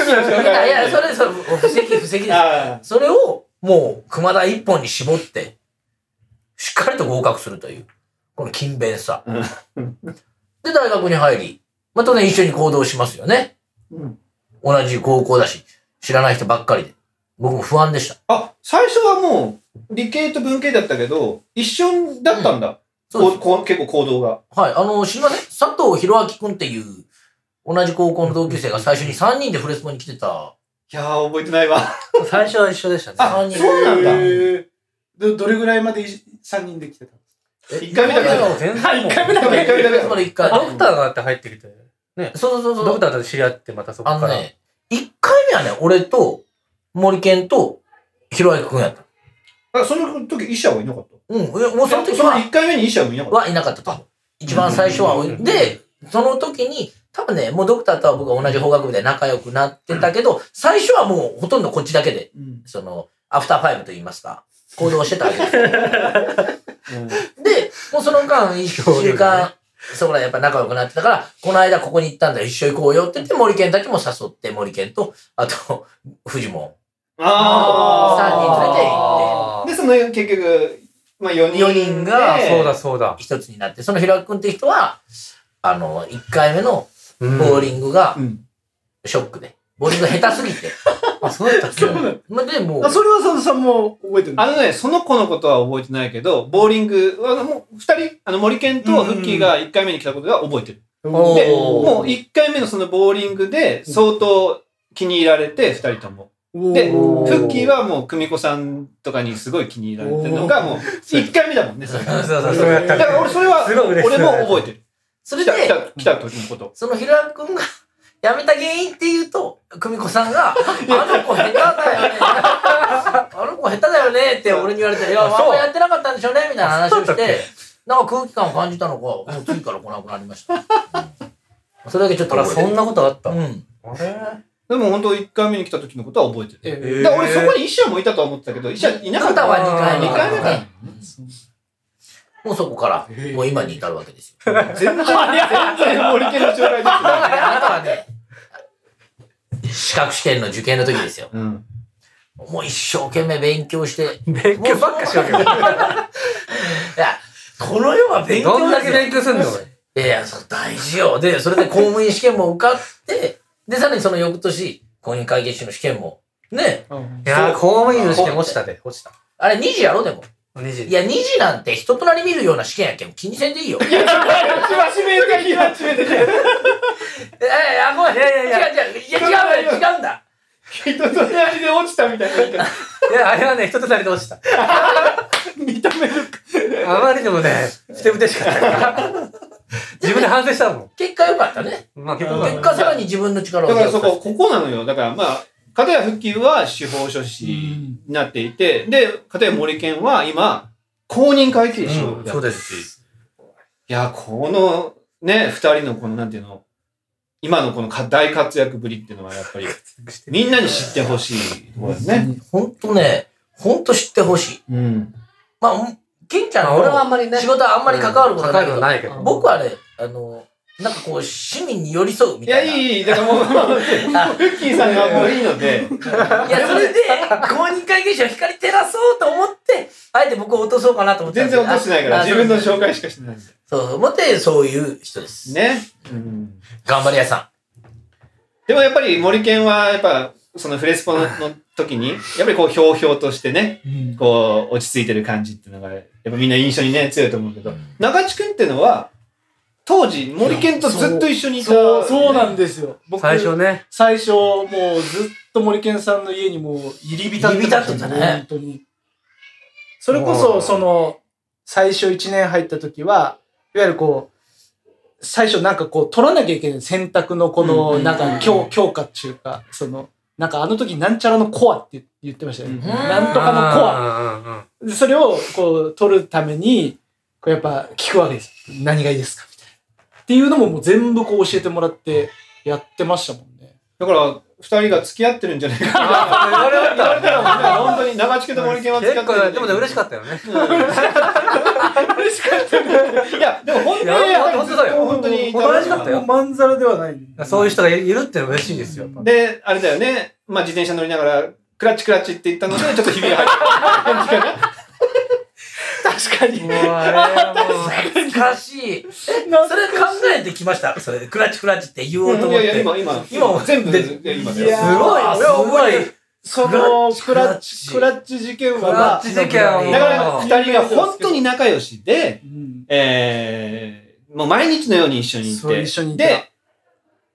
[SPEAKER 2] 己紹
[SPEAKER 3] いや、
[SPEAKER 2] 介
[SPEAKER 3] いや、それ、それ、布石、布石です。
[SPEAKER 2] あ
[SPEAKER 3] それを、もう、熊田一本に絞って、しっかりと合格するという、この勤勉さ。で、大学に入り、まあ、当然一緒に行動しますよね。
[SPEAKER 2] うん
[SPEAKER 3] 同じ高校だし、知らない人ばっかりで。僕も不安でした。
[SPEAKER 2] あ。あ、最初はもう、理系と文系だったけど、一緒だったんだ。
[SPEAKER 3] そうです
[SPEAKER 2] こうこう結構行動が。
[SPEAKER 3] はい。あの、知りません佐藤弘明君っていう、同じ高校の同級生が最初に3人でフレスポに来てた。
[SPEAKER 2] いやー、覚えてないわ。
[SPEAKER 5] 最初は一緒でしたね。
[SPEAKER 2] あ
[SPEAKER 3] 3人
[SPEAKER 2] そうなんだ
[SPEAKER 4] へーどどれぐらいまで3人で来てた
[SPEAKER 2] 一回目だ
[SPEAKER 5] い
[SPEAKER 2] か
[SPEAKER 5] やで
[SPEAKER 2] ら。
[SPEAKER 5] も全然もう。
[SPEAKER 4] 一回目だ
[SPEAKER 2] 一回目だ
[SPEAKER 3] フ
[SPEAKER 2] け
[SPEAKER 3] レスポで一回。
[SPEAKER 5] ドクターがあって入ってきて、
[SPEAKER 3] そうそうそうそ
[SPEAKER 5] ド
[SPEAKER 3] う
[SPEAKER 5] ク。ターと知り合って、またそこ
[SPEAKER 3] あ
[SPEAKER 5] か
[SPEAKER 3] の
[SPEAKER 5] ら。
[SPEAKER 3] ね、1回目はね、俺と森健と弘明君やった。
[SPEAKER 2] あ、その時、医者はいなかった。
[SPEAKER 3] うん。えもうその時
[SPEAKER 2] その
[SPEAKER 3] は、
[SPEAKER 2] 1回目に医者もいなかった。
[SPEAKER 3] はいなかったと思う。一番最初は
[SPEAKER 5] うんうんうん。うん
[SPEAKER 3] で、その時に、多分ね、もうドクターとは僕は同じ法学部で仲良くなってたけど、最初はもうほとんどこっちだけで、
[SPEAKER 4] うん
[SPEAKER 3] その、アフターファイブと言いますか、行動してたわ けです。で、もうその間、一週
[SPEAKER 5] そうだよ
[SPEAKER 3] 間、そこらやっぱ仲良くなってたから、この間ここに行ったんだよ、一緒行こうよって言って、森健だけも誘って、森健と、あと、フジモ
[SPEAKER 5] あ
[SPEAKER 2] あ
[SPEAKER 5] ー
[SPEAKER 2] で、その結局、まあ4人で。
[SPEAKER 3] 四人が
[SPEAKER 5] あそうだそうだ
[SPEAKER 3] ン。一つになって、その平く君って人は、あの、一回目の
[SPEAKER 5] うん
[SPEAKER 3] ボーリングが
[SPEAKER 2] うん。
[SPEAKER 3] ショックで、ボーリングが下手すぎて。
[SPEAKER 5] あ、そうだったっけ
[SPEAKER 4] うな
[SPEAKER 3] まあ、でも
[SPEAKER 4] あ、それは佐藤さんも覚えてる
[SPEAKER 2] あのね、その子のことは覚えてないけど、ボーリング、あの、もう二人、あの、森健とフッキーが1回目に来たことが覚えてる。
[SPEAKER 3] おー
[SPEAKER 2] で、もう1回目のそのボーリングで相当気に入られて、2人とも。
[SPEAKER 4] の
[SPEAKER 2] で、フ
[SPEAKER 5] おー
[SPEAKER 2] ッキーはもう、久美子さんとかにすごい気に入られてるのが、もう、1回目だもんね、それ
[SPEAKER 3] そう
[SPEAKER 2] が。
[SPEAKER 3] そう
[SPEAKER 5] そ
[SPEAKER 3] そうう。
[SPEAKER 5] やった
[SPEAKER 2] だ
[SPEAKER 5] っ
[SPEAKER 2] か
[SPEAKER 5] け
[SPEAKER 2] ら俺、それは、
[SPEAKER 5] すごい嬉しい
[SPEAKER 2] 俺も覚えてる。
[SPEAKER 3] それ
[SPEAKER 2] 来た、来
[SPEAKER 3] で
[SPEAKER 2] た、、来た時のこと。
[SPEAKER 3] その平く君が辞めた原因っていうと、久美子さんが、あの子下手だよね。あの子下手だよねって俺に言われて、いや、
[SPEAKER 5] あ
[SPEAKER 3] あ
[SPEAKER 5] そ
[SPEAKER 3] ん
[SPEAKER 5] う
[SPEAKER 3] まやってなかったんでしょうねみたいな話を
[SPEAKER 5] そうだっ
[SPEAKER 3] し
[SPEAKER 5] たってけ、
[SPEAKER 3] なんか空気感を感じたのか、もう次から来なくなりました。うんそれだけちょっと
[SPEAKER 5] あら、
[SPEAKER 3] 覚えて
[SPEAKER 5] そ
[SPEAKER 3] る
[SPEAKER 5] んなことあった。
[SPEAKER 3] うん。
[SPEAKER 5] あれ
[SPEAKER 2] でも本当1回目に来た時のことは覚えてる。
[SPEAKER 4] え
[SPEAKER 5] え
[SPEAKER 2] だから俺そこに医者もいたとは思ってたけど、医者いなか
[SPEAKER 3] 中
[SPEAKER 2] った
[SPEAKER 3] 田
[SPEAKER 2] わ。
[SPEAKER 3] は2回目。
[SPEAKER 2] 二回目か
[SPEAKER 3] ね。もうそこから、もう今に至るわけですよ。
[SPEAKER 2] 全然、全然森健の将来です
[SPEAKER 3] あとはね、資格試験の受験の時ですよ。
[SPEAKER 2] うん。
[SPEAKER 3] もう一生懸命勉強して、
[SPEAKER 5] 勉強ばっかしよ うけど。
[SPEAKER 3] いや、この世は勉
[SPEAKER 5] ど
[SPEAKER 3] 強
[SPEAKER 5] ん
[SPEAKER 3] だ
[SPEAKER 5] だ
[SPEAKER 3] け
[SPEAKER 5] け
[SPEAKER 3] で。
[SPEAKER 5] 勉強すんの俺。
[SPEAKER 3] いやいや、そう大事よ。で、それで公務員試験も受かって、で、さらにその翌年、公認会計士の試験も。ね。
[SPEAKER 5] いやー、公務員の試験落ちたで、落ちた。
[SPEAKER 3] あれ2時やろ、でも。
[SPEAKER 5] 2時
[SPEAKER 3] いや、2時なんて人となり見るような試験やけん。気にせんでいいよ。いやいやいや、ごめん。いやいやいや、違う違う。いや、違う違う違うんだ。
[SPEAKER 2] 人と同じで落ちたみたいな言い方。
[SPEAKER 5] いや、あれはね、人となりで落ちた。認める。あまりにもね、ふてぶてしかったから。自分で反省したも
[SPEAKER 3] 結果良かったね。
[SPEAKER 5] ん。まあ、結
[SPEAKER 2] うん
[SPEAKER 5] 構
[SPEAKER 3] 結果さらに自分の力を
[SPEAKER 2] だからそこ、
[SPEAKER 3] 強くさせて
[SPEAKER 2] ここなのよ。だからまあ、片や復帰は司法書士になっていて、で、片や森健は今、公認会計士をやってる
[SPEAKER 5] そうです。
[SPEAKER 2] いや、この、ね、二人のこの、なんていうの、今のこのか大活躍ぶりっていうのはやっぱり、みんなに知ってほしいところですね。
[SPEAKER 3] ほんとね、ほんと知ってほしい。
[SPEAKER 2] うん。
[SPEAKER 3] まあ、うんケンちゃん
[SPEAKER 5] まあ
[SPEAKER 3] の
[SPEAKER 5] 俺はあんまりね、
[SPEAKER 3] 仕事はあんまり関わることないけ
[SPEAKER 5] 関わるこ
[SPEAKER 3] ど、
[SPEAKER 5] とないけど。
[SPEAKER 3] 僕はね、あの、なんかこう、市民に寄り添うみ
[SPEAKER 2] い
[SPEAKER 3] た
[SPEAKER 2] や、
[SPEAKER 3] いな。い
[SPEAKER 2] いい、いい。だからもう、もうフッキーさんがもういいので、
[SPEAKER 3] や、それで、公認会計士を光照らそうと思って、あえて僕を落とそうかなと思ってた
[SPEAKER 2] 全
[SPEAKER 3] んです
[SPEAKER 2] 然落とし
[SPEAKER 3] よ。
[SPEAKER 2] てないから、
[SPEAKER 3] あ
[SPEAKER 2] 自分の紹介しかしてないんで。
[SPEAKER 3] そうそう、思ってそういう人です。
[SPEAKER 2] ね。うん。
[SPEAKER 3] 頑張り屋さ
[SPEAKER 2] でもやっぱり森健は、やっぱ、そのフレスポの時に、やっぱりこう、ひょうひょうとしてね、こう、落ち着いてる感じっていうのが、やっぱみんな印象にね、強いと思うけど、中地君っていうのは、当時、森健とずっと一緒にいた。
[SPEAKER 4] そう、そうなんですよ。僕、
[SPEAKER 5] 最初ね、
[SPEAKER 4] 最初、もうずっと森健さんの家にもう入り浸ってました
[SPEAKER 3] 入り浸ってたね
[SPEAKER 4] 本当に。それこそ、その、最初1年入った時は、いわゆるこう、最初なんかこう取らなきゃいけない選択のこ
[SPEAKER 2] うんうん
[SPEAKER 4] の、
[SPEAKER 2] うん
[SPEAKER 4] なんか強強化っていうか、その、なんかあの時なんちゃらのコアって言ってましたよね。
[SPEAKER 2] うん
[SPEAKER 4] なんとかのコア。
[SPEAKER 5] ア。
[SPEAKER 4] でそれをこう取るためにこうやっぱ聞くわけです何がいいですかみたいなっていうのももう全部こう教えてもらってやってましたもんね
[SPEAKER 2] だから、二人が付き合ってるんじゃないかな。
[SPEAKER 5] あー、言われ
[SPEAKER 2] 言われ
[SPEAKER 5] た。
[SPEAKER 2] たらもうね、 本当に中地君と森健は付き合
[SPEAKER 5] 結
[SPEAKER 2] って
[SPEAKER 5] 構、
[SPEAKER 2] る。
[SPEAKER 5] でもね、嬉しかったよね。
[SPEAKER 2] った。いや、でも本当に、
[SPEAKER 5] いや
[SPEAKER 2] やっぱり
[SPEAKER 5] 本当そうよ
[SPEAKER 2] 本当にいた。
[SPEAKER 5] 本当嬉しかったよ
[SPEAKER 4] まんざらではない
[SPEAKER 5] そういう人がいるって嬉しいですよ。やっぱ
[SPEAKER 2] で、あれだよね。まあ、自転車乗りながら、クラッチクラッチって言ったので、ちょっとひびが入った感じかな。
[SPEAKER 4] 確かに
[SPEAKER 5] もうあれは
[SPEAKER 3] ん。懐かしい。えそれ考えてきました。それ、クラッチクラッチって言おうと
[SPEAKER 2] い
[SPEAKER 3] 思っ
[SPEAKER 2] やいや、
[SPEAKER 3] て。
[SPEAKER 2] 今、今、
[SPEAKER 3] 今
[SPEAKER 2] 全部、いや今だよ。
[SPEAKER 4] いや
[SPEAKER 5] もう、すごい、
[SPEAKER 4] あ
[SPEAKER 5] 俺は
[SPEAKER 4] すごい
[SPEAKER 5] 覚えてる
[SPEAKER 4] そのク
[SPEAKER 3] ク
[SPEAKER 4] ラ
[SPEAKER 3] ラ
[SPEAKER 4] ッ
[SPEAKER 3] ッ
[SPEAKER 4] チ、
[SPEAKER 3] チ
[SPEAKER 4] クラッチ事件は、まあ
[SPEAKER 5] クラッ、チ事件はもう
[SPEAKER 2] だから、二人が本当に仲良しで、
[SPEAKER 4] うん
[SPEAKER 2] えー、もう毎日のように一緒に行っ
[SPEAKER 4] そう
[SPEAKER 2] て、
[SPEAKER 4] 一緒に行った
[SPEAKER 2] で、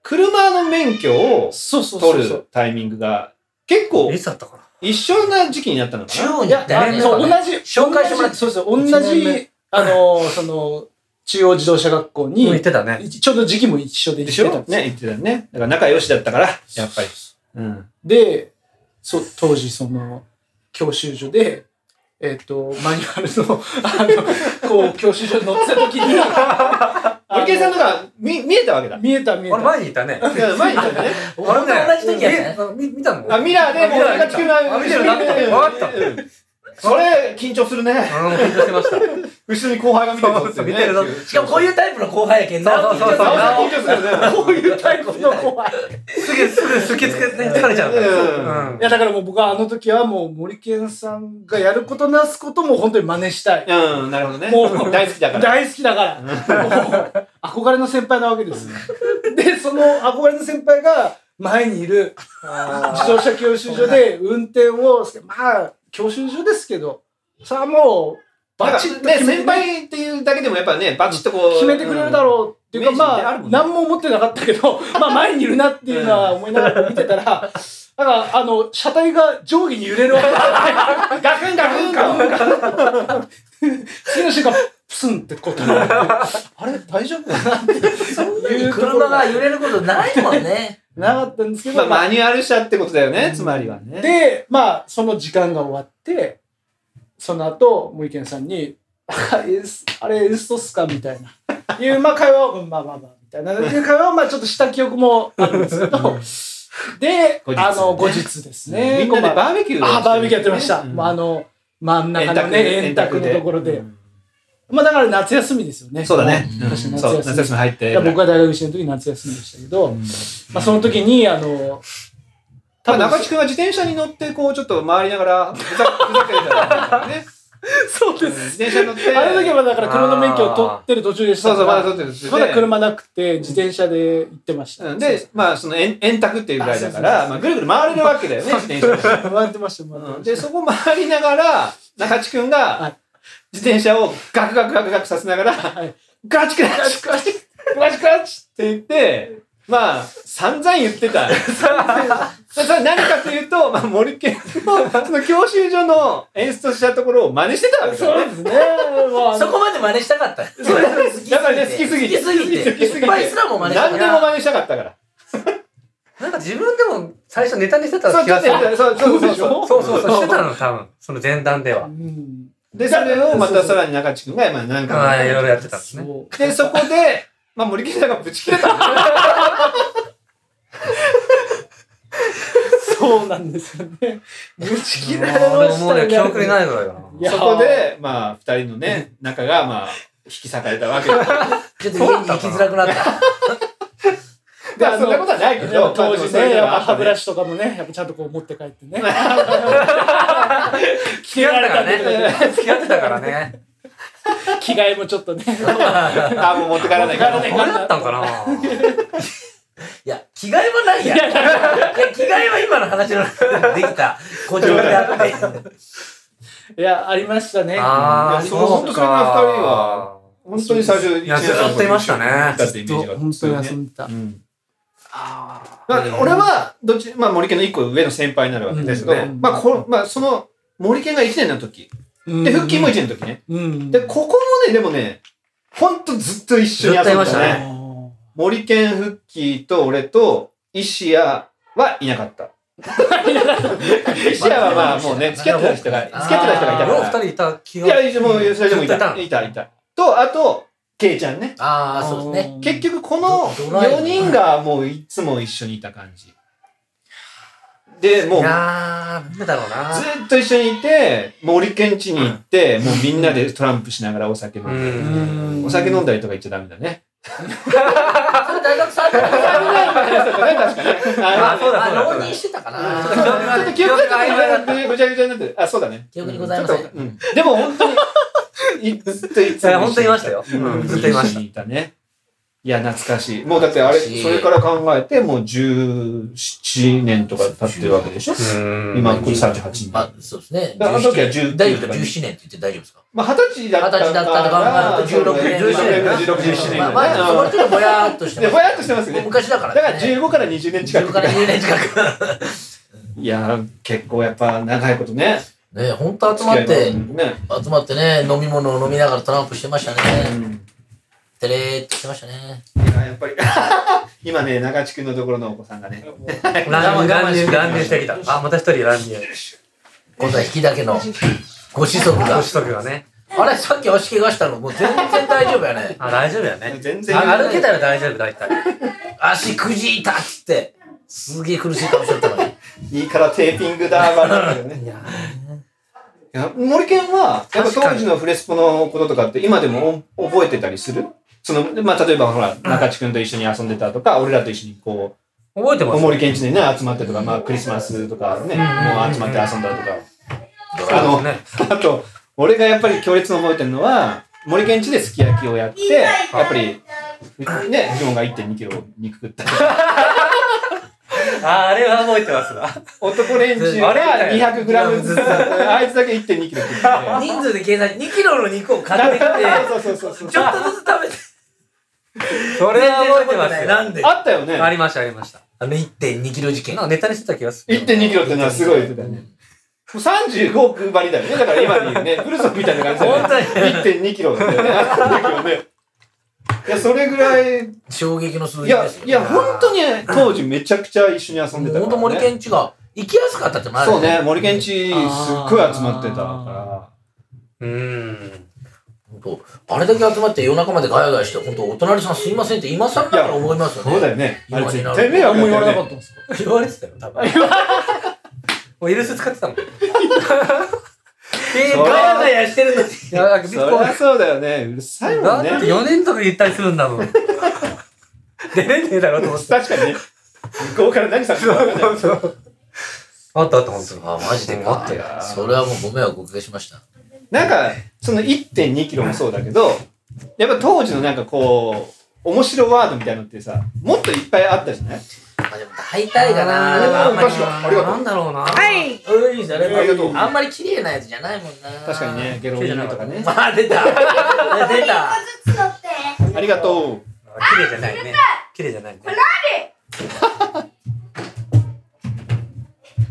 [SPEAKER 2] 車の免許を
[SPEAKER 4] そうそうそう
[SPEAKER 2] 取
[SPEAKER 4] そ
[SPEAKER 2] るタイミングが、結構
[SPEAKER 5] いつだったかな
[SPEAKER 2] 一緒な時期になったのかな
[SPEAKER 3] 中央
[SPEAKER 4] う。い
[SPEAKER 3] に行
[SPEAKER 4] や、
[SPEAKER 3] った
[SPEAKER 4] あ
[SPEAKER 3] よ
[SPEAKER 4] の
[SPEAKER 3] ね。
[SPEAKER 4] そう、同
[SPEAKER 3] こ
[SPEAKER 4] じ
[SPEAKER 3] れね、
[SPEAKER 4] 紹
[SPEAKER 5] 介してもらって
[SPEAKER 4] そうです同
[SPEAKER 5] 一年
[SPEAKER 4] じ
[SPEAKER 5] 目、
[SPEAKER 4] あの、その、中央自動車学校
[SPEAKER 5] うん行っ
[SPEAKER 4] に、
[SPEAKER 5] てたね。
[SPEAKER 4] ちょうど時期も一緒で行
[SPEAKER 2] で
[SPEAKER 4] っ
[SPEAKER 2] して
[SPEAKER 4] た
[SPEAKER 2] ょ
[SPEAKER 4] んですよ
[SPEAKER 2] ね、言ってたよね。だから仲良しだったから、やっぱり。うん。
[SPEAKER 4] で、そ当時その教習所で、えっ、と、マニュアルの、あの、こう、教習所に乗ってた時 に、あ
[SPEAKER 2] 森
[SPEAKER 4] の
[SPEAKER 2] 健さんのが見見えたわけだ。
[SPEAKER 4] 見えた見え
[SPEAKER 5] 俺
[SPEAKER 4] た。
[SPEAKER 5] 前にいたね。
[SPEAKER 2] いや前にいたんだね。
[SPEAKER 5] 俺
[SPEAKER 3] 本当同じ時やね。
[SPEAKER 5] ね。み見たの
[SPEAKER 2] あ、ミラーで、もう俺が地球の
[SPEAKER 5] あ見てるなってわかった
[SPEAKER 2] うんそれ、緊張するね。
[SPEAKER 5] うん、緊張してました。
[SPEAKER 2] 後ろに後輩が見てるぞっていうね
[SPEAKER 5] そうそう見て
[SPEAKER 3] しかもこういうタイプの後輩やけんな。
[SPEAKER 5] そう そうそ
[SPEAKER 2] なお
[SPEAKER 5] うそう
[SPEAKER 2] さら緊張するよね。
[SPEAKER 4] こういうタイプの怖い。
[SPEAKER 5] すぐ、すぐ、すきつけて、ね、疲れちゃうか
[SPEAKER 2] う
[SPEAKER 5] ら。うん
[SPEAKER 4] い。や、だからもう僕はあの時はもう森健さんがやることなすことも本当に真似したい。
[SPEAKER 2] うん、なるほどね。
[SPEAKER 4] もう
[SPEAKER 2] 大好きだから。
[SPEAKER 4] 大好きだ から。もう憧れの先輩なわけ です。で、その憧れの先輩が前にいる自動車教習所で運転を、まあ、教習所ですけど、それはもう、
[SPEAKER 2] な
[SPEAKER 4] バ
[SPEAKER 2] ん
[SPEAKER 4] チッ
[SPEAKER 2] か
[SPEAKER 4] と
[SPEAKER 2] ね、
[SPEAKER 4] 決めて
[SPEAKER 2] 先輩っていうだけでもやっぱね、バチッとこう。
[SPEAKER 4] 決めてくれるだ
[SPEAKER 2] う。
[SPEAKER 4] ろうっていうか、
[SPEAKER 2] うん
[SPEAKER 4] まあ、
[SPEAKER 2] イメージねある
[SPEAKER 4] 何も思ってなかったけ ど、まあ、前にいるなっていうのは思いながら見てたら、なんか、あの、車体が上下に揺れるわけ
[SPEAKER 2] ガクンガクンガクンガクン。
[SPEAKER 4] 次の瞬間、プスンってこう止まる。あれ大丈夫かな っていうところ
[SPEAKER 3] 車が揺れることないもんね。
[SPEAKER 4] なかったんですけ
[SPEAKER 2] ま
[SPEAKER 4] ど、
[SPEAKER 2] あ、マニュアル車ってことだよね、つまりはね。
[SPEAKER 4] で、まあ、その時間が終わって、その後、森健さんに、あエースあれ、エーストっすかみたいな。いう、まあ、会話を、うんまあまあまあ、みたいな。いう会話を、まあ、ちょっとした記憶もあるんですけど、で、
[SPEAKER 2] 後日
[SPEAKER 4] あの、後日ですね。
[SPEAKER 2] みんなで
[SPEAKER 4] こうまあ
[SPEAKER 2] バーベキューを
[SPEAKER 4] あ、バーベキューやってました。
[SPEAKER 2] うん
[SPEAKER 4] もうあの、真ん中のね、円卓のところで。
[SPEAKER 2] うん
[SPEAKER 4] まあ、だから夏休みですよね。
[SPEAKER 2] そうだね。
[SPEAKER 4] もう
[SPEAKER 2] う
[SPEAKER 4] ん私夏
[SPEAKER 2] そう、
[SPEAKER 4] 休
[SPEAKER 2] 夏
[SPEAKER 4] み。
[SPEAKER 2] 休み入って。
[SPEAKER 4] いや僕は大学生の時夏休みでしたけど、
[SPEAKER 2] うん
[SPEAKER 4] まあ、その時に、あの、
[SPEAKER 2] まあ、中地君は自転車に乗って、こう、ちょっと回りながら、ふざふざけてたんだよね。
[SPEAKER 4] そう
[SPEAKER 2] うん
[SPEAKER 4] です。
[SPEAKER 2] 自転車に乗って。
[SPEAKER 4] あの時はまだから車の免許を取ってる途中でした
[SPEAKER 2] そう
[SPEAKER 4] か
[SPEAKER 2] そう、まだ
[SPEAKER 4] ら
[SPEAKER 2] 撮ってるんですよ
[SPEAKER 4] ま
[SPEAKER 2] ね
[SPEAKER 4] だ車なくて自転車で行ってました。
[SPEAKER 2] うんで、まあ、その円円卓っていうぐらいだか
[SPEAKER 4] あ
[SPEAKER 2] ら、
[SPEAKER 4] そうそうそう
[SPEAKER 2] まあ、ぐるぐる回れるわけだよね、自転車で。
[SPEAKER 4] 回ってました、回って
[SPEAKER 2] うん
[SPEAKER 4] まし
[SPEAKER 2] で、そこ回りながら、中地君
[SPEAKER 4] はい
[SPEAKER 2] が、自転車をガクガクガクガクさせながら、
[SPEAKER 4] た。はい。
[SPEAKER 2] クラッチクラッチクラッチクラッチクラッチって言って、まあ、散々言ってた。それ何かというと、まあ、森健の、その教習所の演出したところを真似してたわけだ
[SPEAKER 4] そ
[SPEAKER 2] よ
[SPEAKER 4] う
[SPEAKER 2] ね。
[SPEAKER 4] ですね。まああ
[SPEAKER 3] そ
[SPEAKER 4] の、
[SPEAKER 3] こまで真似したかった。
[SPEAKER 2] そう やっぱりね、好きすぎて。
[SPEAKER 3] 好きすぎて。
[SPEAKER 2] 好きすぎ
[SPEAKER 3] 失
[SPEAKER 2] て。
[SPEAKER 3] 敗すらも真似した
[SPEAKER 2] 何
[SPEAKER 3] かっ
[SPEAKER 2] で
[SPEAKER 3] た。
[SPEAKER 2] も真似したかったから。
[SPEAKER 5] なんか自分でも最初ネタにしてた
[SPEAKER 2] そう、
[SPEAKER 5] 気
[SPEAKER 2] ちょっ
[SPEAKER 5] が
[SPEAKER 2] と
[SPEAKER 5] する。
[SPEAKER 2] やってそう、そうそうそう。
[SPEAKER 5] そうそうそう、してたの、多分。その前段で
[SPEAKER 4] う
[SPEAKER 5] は。
[SPEAKER 4] ん。
[SPEAKER 2] で、それをまたさらに中地君が、まあ、なん
[SPEAKER 5] ああ、いろい
[SPEAKER 2] か。
[SPEAKER 5] ろやってたんです
[SPEAKER 4] そ
[SPEAKER 5] ね。
[SPEAKER 4] う。
[SPEAKER 2] で、そこで、まあ、森健さんがぶち切れたんだよね。
[SPEAKER 4] そうなんですよね。ぶち切られま
[SPEAKER 5] あ
[SPEAKER 4] し
[SPEAKER 5] ーも
[SPEAKER 4] た
[SPEAKER 5] うね、
[SPEAKER 4] よ
[SPEAKER 5] 記憶に
[SPEAKER 4] ね。
[SPEAKER 5] ないのよ
[SPEAKER 4] いや
[SPEAKER 2] そこで、まあ、二人のね、仲が、まあ、引き裂かれたわけだ。
[SPEAKER 3] ちょっと生きづらくなった。
[SPEAKER 2] まあ、そんなことはないけ
[SPEAKER 4] でも
[SPEAKER 2] ど、
[SPEAKER 4] 当時ね、やっぱ歯ブラ
[SPEAKER 2] シ。
[SPEAKER 4] シとかもね、やっぱちゃんとこう持って帰って ね。
[SPEAKER 5] 付き合ってたからね。 付き合ってたからね。
[SPEAKER 4] 着替えもちょっとね。
[SPEAKER 2] あ、もう持って帰らないから。
[SPEAKER 5] これだったんかない
[SPEAKER 3] や、着替えはないやん。いや、着替えは今の話の中でできた誇張であって。
[SPEAKER 4] いや、ありましたね。
[SPEAKER 5] ああ、
[SPEAKER 2] いやそう
[SPEAKER 5] そう
[SPEAKER 2] 本当それが二人
[SPEAKER 5] か
[SPEAKER 2] は。本当に最初、
[SPEAKER 5] いやずっといましたね
[SPEAKER 2] だってイメージが。
[SPEAKER 4] 本当に休んでた
[SPEAKER 2] う。ん。
[SPEAKER 4] あー
[SPEAKER 2] だから俺は、どっち、まあ、森健の一個上の先輩になるわけですけど、
[SPEAKER 5] うん
[SPEAKER 2] まあ、こまあ、その、森健が1年の時、で、腹筋も1年の時ね。
[SPEAKER 4] うん。
[SPEAKER 2] で、ここもね、でもね、ほんとずっと一緒にやってまし
[SPEAKER 5] ずっと
[SPEAKER 2] た
[SPEAKER 5] いま
[SPEAKER 2] ね。森健、フッキーと俺と、石谷はいなかった。石谷はまあもうね、付き合ってた人が、付き合ってた人がいた
[SPEAKER 5] よう二
[SPEAKER 2] か
[SPEAKER 5] 人いた気が。
[SPEAKER 2] ら。いや、もう、それでもい
[SPEAKER 5] ずっとい
[SPEAKER 2] た。
[SPEAKER 5] た
[SPEAKER 2] いた、いた。と、あと、ケイちゃんね。
[SPEAKER 3] ああ、そうですね。
[SPEAKER 2] 結局この
[SPEAKER 3] ドドライブ
[SPEAKER 2] 4人がもういつも一緒にいた感じ。で、もう
[SPEAKER 5] い
[SPEAKER 2] ず
[SPEAKER 5] やー、なんでだろうな。
[SPEAKER 2] ーっと一緒にいて、森県地に行って、もうみんなでトランプしながらお酒飲
[SPEAKER 5] うん
[SPEAKER 2] で。
[SPEAKER 5] ん。
[SPEAKER 2] お酒飲んだりとか言っちゃダメだね。
[SPEAKER 3] それ大学3年
[SPEAKER 2] 危ない話だね、確かね。
[SPEAKER 5] あ、そうだ
[SPEAKER 3] あ、
[SPEAKER 5] そうだそ
[SPEAKER 3] 浪
[SPEAKER 5] うだ
[SPEAKER 3] 人。してたか
[SPEAKER 2] あ
[SPEAKER 3] な。
[SPEAKER 2] ーちょっと記憶がぐちゃぐちゃになってる。あ、そうだね。
[SPEAKER 3] 記憶にございません
[SPEAKER 2] ちょっとうんでも本当に、いずっといつも一緒に
[SPEAKER 5] いや本当にいましたよ
[SPEAKER 2] うん
[SPEAKER 5] ずっといまし
[SPEAKER 2] 一
[SPEAKER 5] た
[SPEAKER 2] 緒にいたね。いや、懐かしい。もうだってあれ、
[SPEAKER 3] 懐かしい
[SPEAKER 2] それから考えて、もう17年とか経ってるわけでしょ
[SPEAKER 5] 今、
[SPEAKER 2] 今、これ38人。
[SPEAKER 3] まあ、そうですね。
[SPEAKER 2] だからあの時は19
[SPEAKER 3] 大丈夫ですか ?17 年って言って大丈夫ですか
[SPEAKER 2] まあ、二十歳だった
[SPEAKER 3] 二十歳だったとかまあ16年
[SPEAKER 2] 16年から16年、17年。
[SPEAKER 3] まあ、まあ、それちょっとぼやーっとして
[SPEAKER 2] で、ぼやっとしてます
[SPEAKER 3] もう
[SPEAKER 2] ね。
[SPEAKER 3] 昔だ
[SPEAKER 2] だ
[SPEAKER 3] から、
[SPEAKER 2] から
[SPEAKER 3] ね。
[SPEAKER 2] 15から20年近
[SPEAKER 3] 15
[SPEAKER 2] く。
[SPEAKER 3] から10年近く。
[SPEAKER 2] いや、結構やっぱ長いことね。
[SPEAKER 3] ね本当集まって、
[SPEAKER 2] ね。
[SPEAKER 3] 集まってね、飲み物を飲みながらトランプしてました
[SPEAKER 2] う
[SPEAKER 3] ね。
[SPEAKER 2] ん
[SPEAKER 3] てれーっとしてましたね。
[SPEAKER 2] いや、やっぱり。今ね、長地区のところのお子さんがね。
[SPEAKER 5] 乱入、乱入、乱入してきた。あ、また一人乱入。
[SPEAKER 3] 今度は引きだけのご子息が
[SPEAKER 5] ご。子息がね。
[SPEAKER 3] あれ、さっき足怪我したの、もう全然大丈夫やね。
[SPEAKER 5] あ、大丈夫だよね。
[SPEAKER 2] 全然
[SPEAKER 5] あ歩けたら大丈夫、大体。
[SPEAKER 3] 足くじいたっつって、すげえ苦しい顔しちゃったの
[SPEAKER 2] い
[SPEAKER 3] に。
[SPEAKER 2] いからテーピングだ、ばらだよね。
[SPEAKER 5] いや
[SPEAKER 2] いや森健は、やっぱ当時のフレスポのこととかって今でもお覚えてたりするその、まあ、例えばほら、中地君と一緒に遊んでたとか、俺らと一緒にこ
[SPEAKER 5] 覚えて
[SPEAKER 2] う、
[SPEAKER 5] ま
[SPEAKER 2] お
[SPEAKER 5] す
[SPEAKER 2] 森健地でね、集まってとか、まあ、クリスマスとかね、もう集まって遊んだとか。あの
[SPEAKER 5] そうですね。
[SPEAKER 2] あと、俺がやっぱり強烈に覚えてるのは、森県地ですき焼きをやって、やっぱり、ね、ジョンが1.2キロ肉食ったり。
[SPEAKER 5] あ、あれは覚えてますわ。
[SPEAKER 2] 男連中が200グラムずつだった。あいつだけ1.2キロ食ってて。
[SPEAKER 3] 人数で計算、2キロの肉を買ってき
[SPEAKER 2] そうそうそうそう
[SPEAKER 3] て、ちょっとずつ食べて、
[SPEAKER 5] それは覚えてま
[SPEAKER 3] 全
[SPEAKER 5] す
[SPEAKER 3] 然な
[SPEAKER 5] よ。
[SPEAKER 3] んで
[SPEAKER 2] あったよね。
[SPEAKER 5] ありました、ありました。
[SPEAKER 3] あの1.2キロ事件
[SPEAKER 5] なん。かネタにしてた気がする。
[SPEAKER 2] 1.2キロってのはすごい言ってたよね。もう35億張りだよね。だから今で言うね、ブルソンみたいな感じだよね。1.2キロだ よね。1.2キロね。いや、それぐらい、い
[SPEAKER 3] 衝撃の数字
[SPEAKER 2] や
[SPEAKER 3] です、よ。
[SPEAKER 2] いや、本当にね当時めちゃくちゃ一緒に遊んでたから、ね。
[SPEAKER 3] 本当森健地が行きやすかったってのもある
[SPEAKER 2] そう
[SPEAKER 3] よ
[SPEAKER 2] ね、森県地、すっごい集まってたか
[SPEAKER 5] うーん。
[SPEAKER 3] 本当あれだけ集まって夜中までガヤガヤして、本当お隣さんすいませんって今更だから思います
[SPEAKER 2] ら。そ
[SPEAKER 3] よね。
[SPEAKER 2] うだよね。あれ
[SPEAKER 3] 今にな
[SPEAKER 2] 絶対
[SPEAKER 3] る
[SPEAKER 2] 迷惑
[SPEAKER 4] 何も言
[SPEAKER 2] だ
[SPEAKER 4] わ
[SPEAKER 2] よ
[SPEAKER 4] れなかっ
[SPEAKER 2] ね。
[SPEAKER 4] たんですか
[SPEAKER 5] 言われてたよ、多分。もうイルス使ってたもん。えー、
[SPEAKER 2] そう
[SPEAKER 5] ガ
[SPEAKER 3] ガ
[SPEAKER 5] ヤ
[SPEAKER 3] ヤガヤしてるのに。
[SPEAKER 5] いや、
[SPEAKER 2] そ
[SPEAKER 5] ビッチ
[SPEAKER 2] りゃそうだよね。うるさいも
[SPEAKER 5] だ
[SPEAKER 2] ん
[SPEAKER 5] っ
[SPEAKER 2] ね
[SPEAKER 5] て。4年とかで行ったりするんだもん。 出れねえだろと思って。
[SPEAKER 2] 確かにね。向こうから何されてるか分かんない
[SPEAKER 5] あったあった、本当に。
[SPEAKER 3] あ、マジで
[SPEAKER 5] あ
[SPEAKER 3] か
[SPEAKER 5] ったよ。
[SPEAKER 3] それはもうご迷惑おかけしました。
[SPEAKER 2] なんか、その1.2キロもそうだけど、やっぱ当時のなんかこう、面白ワードみたいなのってさ、もっといっぱいあったじゃない
[SPEAKER 3] まあでも大体がな
[SPEAKER 2] あー
[SPEAKER 3] でもあんまり
[SPEAKER 2] 確かにありがとう
[SPEAKER 5] なんだろうな。
[SPEAKER 3] はいうんいいですよね
[SPEAKER 2] ありがとう
[SPEAKER 3] あんまり綺麗なやつじゃないもんな。
[SPEAKER 2] 確かにね、ゲロリンとかね。
[SPEAKER 3] まあ出た。出た。
[SPEAKER 6] ずつ取って。
[SPEAKER 2] ありがとう。
[SPEAKER 5] あ綺麗じゃないね。綺麗じゃないね。
[SPEAKER 6] おい、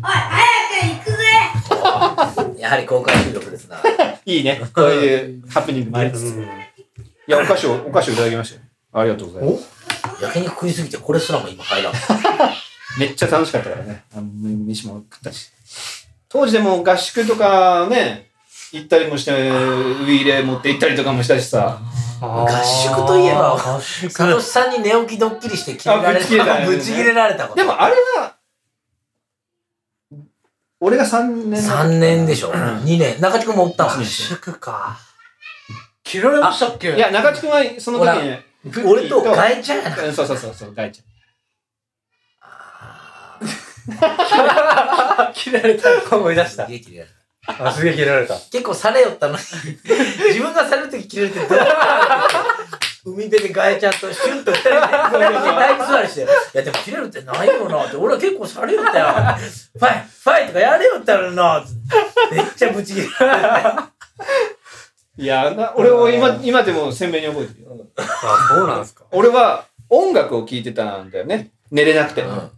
[SPEAKER 6] 早く行くぜ。
[SPEAKER 3] やはり公開収録ですな。
[SPEAKER 2] いいね。こういうハプニングもありつつ。いや、お菓子を、お菓子をいただきましたよ。ありがとうございます。
[SPEAKER 3] 焼肉食いすぎてこれすらも今入 らん。
[SPEAKER 2] めっちゃ楽しかったからね。あの飯も食ったし。当時でも合宿とかね、行ったりもして、ウイイレ持って行ったりとかもしたしさ。
[SPEAKER 5] 合
[SPEAKER 3] 宿といえば
[SPEAKER 5] 合
[SPEAKER 3] サト
[SPEAKER 5] 宿。
[SPEAKER 3] シさんに寝起きドッキリして切れられ
[SPEAKER 2] あぶち切れたよ
[SPEAKER 3] た。
[SPEAKER 2] ね
[SPEAKER 3] ぶち切れられたこと。
[SPEAKER 2] でもあれは、俺が3年の
[SPEAKER 3] 3年でしょ。2年。中地君もおったもん
[SPEAKER 2] 一。年
[SPEAKER 5] 宿か。
[SPEAKER 4] 切られましたっけ
[SPEAKER 2] いや、中地君はその時にね、
[SPEAKER 3] 俺と
[SPEAKER 2] ガイ
[SPEAKER 3] 変えちゃうやな。
[SPEAKER 2] そうそうそうそう、ガイち
[SPEAKER 5] 切られた。思い出し
[SPEAKER 3] す
[SPEAKER 5] た
[SPEAKER 3] げ。え切れられた
[SPEAKER 5] あ、すげえ切られた。
[SPEAKER 3] 結構されよったのに、自分がされるとき切れるってどうやって海辺でガエちゃんとシュンと二人で体育座りして、いやでも切れるってないよなって、俺は結構されよったよ。ファイトファイとかやれよったのになってめっちゃブチ切れられた。
[SPEAKER 2] ゃん。いや、な俺を今、今でも鮮明に覚えてるよ。
[SPEAKER 5] あ、そうなんですか。
[SPEAKER 2] 俺は音楽を聴いてたんだよね。寝れなくて。
[SPEAKER 3] うん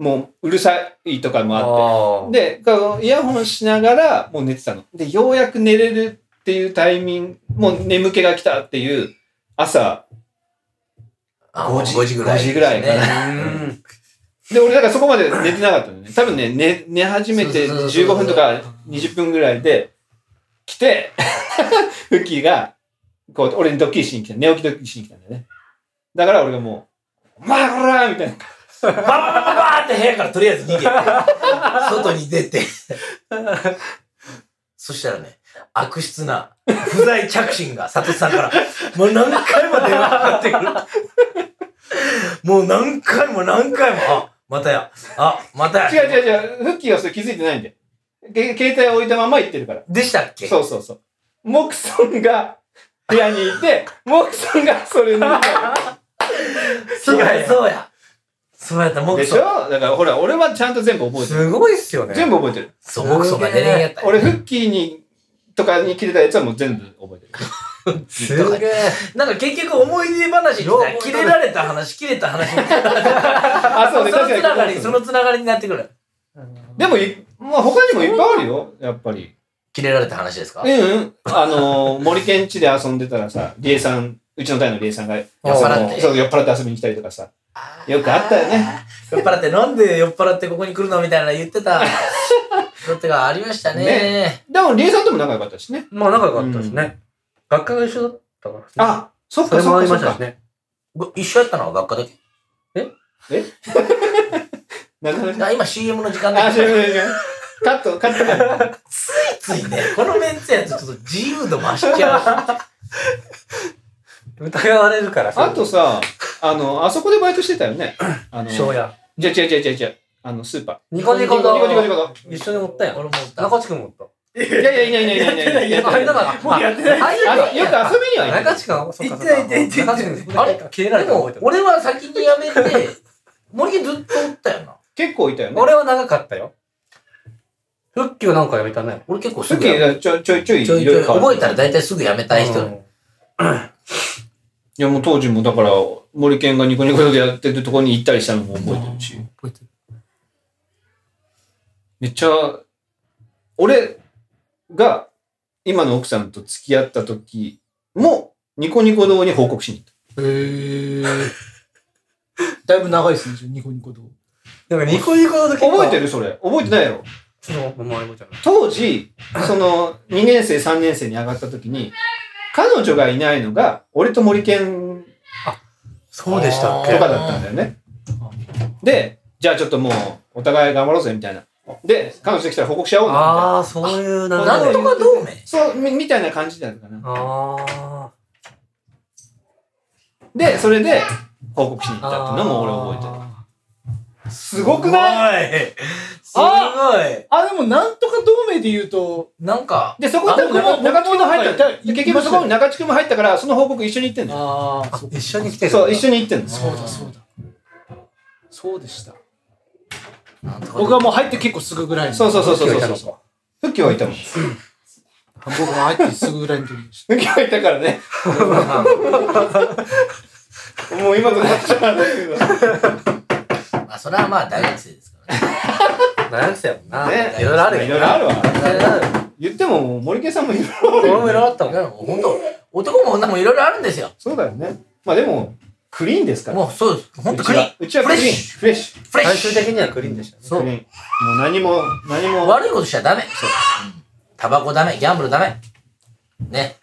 [SPEAKER 2] もう、うるさいとかもあって。
[SPEAKER 5] あ
[SPEAKER 2] で、こうイヤホンしながら、もう寝てたの。で、ようやく寝れるっていうタイミング、もう眠気が来たっていう、朝。
[SPEAKER 3] あ
[SPEAKER 2] 5時
[SPEAKER 3] 5時ぐらい。
[SPEAKER 2] 5時ぐらいかな
[SPEAKER 5] あ。う
[SPEAKER 3] ね
[SPEAKER 5] ん。
[SPEAKER 2] で、俺だからそこまで寝てなかったのね。多分ね、寝、寝始めて
[SPEAKER 3] そうそうそう
[SPEAKER 2] 15分とか20分ぐらいで、来て、 フッキーが、こう、俺にドッキリしに来た。寝起きドッキリしに来たんだよね。だから俺がもう、お前こらみたいな。
[SPEAKER 3] バババババーって部屋からとりあえず逃げて、外に出て。そしたらね、悪質な不在着信が佐藤さんから、もう何回も電話かかってくる。もう何回も何回も、あ、またや、あ、またや。
[SPEAKER 2] 違う違う違う、フッキーはそれ気づいてないんだよ。け携帯置いたまま行ってるから。
[SPEAKER 3] でしたっけ
[SPEAKER 2] そうそうそう。モクソンが部屋にいて、モクソンがそれに。
[SPEAKER 3] そう
[SPEAKER 5] いやい
[SPEAKER 3] や、
[SPEAKER 5] や
[SPEAKER 3] そうや。そうやった、も
[SPEAKER 2] で
[SPEAKER 3] く
[SPEAKER 2] し
[SPEAKER 3] そ
[SPEAKER 2] ょ。だからほら、俺はちゃんと全部覚えてる。
[SPEAKER 5] すごいっすよね。
[SPEAKER 2] 全部覚えてる。
[SPEAKER 3] そう、もくそが出れんやっ た。
[SPEAKER 2] 俺、フッキーに、とかに切れたやつはもう全部覚えてる。
[SPEAKER 5] すげえ。
[SPEAKER 3] なんか結局思い出話って言ったら切れられた話、切れた話。
[SPEAKER 2] あ、そうね、
[SPEAKER 3] その
[SPEAKER 2] 確
[SPEAKER 3] つな
[SPEAKER 2] か
[SPEAKER 3] が
[SPEAKER 2] に
[SPEAKER 3] り、。そのつながりになってくる。
[SPEAKER 2] でもい、まあ他にもいっぱいあるよ、やっぱり。
[SPEAKER 3] 切れられた話ですか
[SPEAKER 2] うんうん。あのー、 森県地で遊んでたらさ、リエさん、うちの隊のリエさんが、酔っ
[SPEAKER 3] 払って
[SPEAKER 2] そう、酔っ払って遊びに来たりとかさ。よくあったよね。
[SPEAKER 3] 酔っ払って、なんで酔っ払ってここに来るのみたいなの言って た。ロッテがありましたね。
[SPEAKER 2] でも、リエさんとも仲良かったしね。
[SPEAKER 5] まあ仲良かったですね。学科が一緒だったからね。
[SPEAKER 2] あ、そっ
[SPEAKER 5] そ
[SPEAKER 2] か
[SPEAKER 5] れも
[SPEAKER 2] そ
[SPEAKER 5] あ
[SPEAKER 2] っか
[SPEAKER 5] り
[SPEAKER 2] そ
[SPEAKER 5] ま
[SPEAKER 2] っか
[SPEAKER 5] したし。ね。
[SPEAKER 3] ご一緒やったのは学科だけ。
[SPEAKER 2] なるほどね
[SPEAKER 3] あ今 CM の時間
[SPEAKER 2] あ、
[SPEAKER 3] だ
[SPEAKER 2] そう
[SPEAKER 3] け
[SPEAKER 2] そうそうカット、カットが。
[SPEAKER 3] ついね、このメンツやとちょっと自由度増しちゃ う。
[SPEAKER 5] 疑われるから
[SPEAKER 2] あとさ、あの、あそこでバイトしてたよね。あの、
[SPEAKER 5] 庄屋。
[SPEAKER 2] じゃ、じゃ、じゃ、じゃ、じゃ、あの、スーパ
[SPEAKER 5] ニコニ
[SPEAKER 2] ー。ニ
[SPEAKER 5] コ
[SPEAKER 2] コ
[SPEAKER 5] と
[SPEAKER 2] ニコニコニコ。
[SPEAKER 5] 一緒におったや
[SPEAKER 3] 俺
[SPEAKER 5] ん。
[SPEAKER 3] も
[SPEAKER 5] 中地君もおっ
[SPEAKER 2] いやいやいやいやいやいやいやい
[SPEAKER 5] た。あれだから、もうやってない。
[SPEAKER 2] あのよく遊びにはい
[SPEAKER 5] 中地君は、そっかそっか。中地君、
[SPEAKER 3] あ
[SPEAKER 5] あ
[SPEAKER 3] れ
[SPEAKER 5] れ切れられ
[SPEAKER 3] で
[SPEAKER 5] たの覚
[SPEAKER 3] も
[SPEAKER 5] えて、る。
[SPEAKER 3] 俺は先に辞めて、森木ずっとおったよな。
[SPEAKER 2] 結構いたよね。
[SPEAKER 5] 俺は長かったよ。復旧なんかやめたね。
[SPEAKER 3] 俺結構す
[SPEAKER 2] す
[SPEAKER 3] ぐ
[SPEAKER 2] げ
[SPEAKER 3] 辞め
[SPEAKER 2] え、ちょいちょいちょい、
[SPEAKER 3] ちょいちょい、覚えたら
[SPEAKER 2] だい
[SPEAKER 3] 大体すぐ辞めたい人。
[SPEAKER 5] うん
[SPEAKER 2] いや、もう当時もだから、森健がニコニコでやってるとこに行ったりしたのも覚えてるし。めっちゃ、俺が今の奥さんと付き合った時も、ニコニコ堂に報告しに行っ
[SPEAKER 4] へえ。だいぶ長いですね、じゃあニコニコと。
[SPEAKER 5] なんかニコニコの時
[SPEAKER 2] た。覚えて
[SPEAKER 5] る
[SPEAKER 2] るそれ。覚えてないやろ。
[SPEAKER 5] ちょっと、お前覚えてない。
[SPEAKER 2] 当時、その、2年生、3年生に上がった時に、彼女がいないのが、俺と森健
[SPEAKER 5] そうでしたっ
[SPEAKER 2] と
[SPEAKER 5] け
[SPEAKER 2] かだったんだよね。で、じゃあちょっともう、お互い頑張ろうぜ、みたいな。で、彼女できたら報告し合おうぜ、みたいな。
[SPEAKER 5] ああ、そういう流れ。
[SPEAKER 3] なんとか同盟。
[SPEAKER 2] そう、みみたいな感じだったかな。
[SPEAKER 5] あ
[SPEAKER 2] で、それで、報告しに行
[SPEAKER 5] あ。
[SPEAKER 2] ったっていうのも俺覚えて
[SPEAKER 5] 覚
[SPEAKER 2] る。すごくない
[SPEAKER 3] いすごい
[SPEAKER 4] あ、でもなんとか同盟で言うと、
[SPEAKER 3] なんか、
[SPEAKER 2] で、そこ
[SPEAKER 4] あ
[SPEAKER 2] で
[SPEAKER 4] 僕も
[SPEAKER 2] 中中地君も入っ
[SPEAKER 4] 僕もな
[SPEAKER 2] た
[SPEAKER 4] んかいた
[SPEAKER 2] 結局そこに中地君も入ったから、その報告一緒に行ってんだよ。
[SPEAKER 4] ああ、
[SPEAKER 5] えてる。一緒に来てる。
[SPEAKER 2] そう、一緒に行ってんの。
[SPEAKER 4] そうだそうだ。そうでした。
[SPEAKER 3] なんとか同
[SPEAKER 4] 僕
[SPEAKER 3] 盟
[SPEAKER 4] はもう入って結構すぐぐらいの。
[SPEAKER 2] そうそうそうそう
[SPEAKER 5] 一
[SPEAKER 2] そ
[SPEAKER 5] 緒に来た
[SPEAKER 2] う
[SPEAKER 5] の
[SPEAKER 2] そう。
[SPEAKER 5] か
[SPEAKER 2] 復帰はいたもん。
[SPEAKER 4] 僕が入ってすぐぐらいの時でし
[SPEAKER 2] 復帰はいたからね。もう今となっちゃうんだけど。
[SPEAKER 3] まあ、それはまあ大学生ですからね。
[SPEAKER 5] 大学生やもんな。
[SPEAKER 2] ね
[SPEAKER 5] いろいろあるよ。
[SPEAKER 2] いろいろあるわ。
[SPEAKER 5] いろいろある。
[SPEAKER 2] 言っても、もう森家さんもいろいろあるよ
[SPEAKER 5] 俺もいろいろあったも
[SPEAKER 3] だ
[SPEAKER 5] ん。
[SPEAKER 3] からもう本当、男も女もいろいろあるんですよ。
[SPEAKER 2] そうだよね。まあでも、クリーンですから。
[SPEAKER 3] もうそうです。本当クリーン。
[SPEAKER 2] うちは
[SPEAKER 3] フ
[SPEAKER 2] ク
[SPEAKER 3] レッ
[SPEAKER 2] リー
[SPEAKER 3] シ
[SPEAKER 2] ン。フレッシュ。
[SPEAKER 3] ュ。フレッ
[SPEAKER 5] 最
[SPEAKER 3] シ
[SPEAKER 5] 終
[SPEAKER 3] ュ。
[SPEAKER 5] 的にはクリーンでしたね。
[SPEAKER 3] そ
[SPEAKER 2] クリ
[SPEAKER 3] う。
[SPEAKER 2] ーンもう何も、何も。
[SPEAKER 3] 悪いことしちゃダメ。そう。タバコダメ、ギャンブルダメ。ね。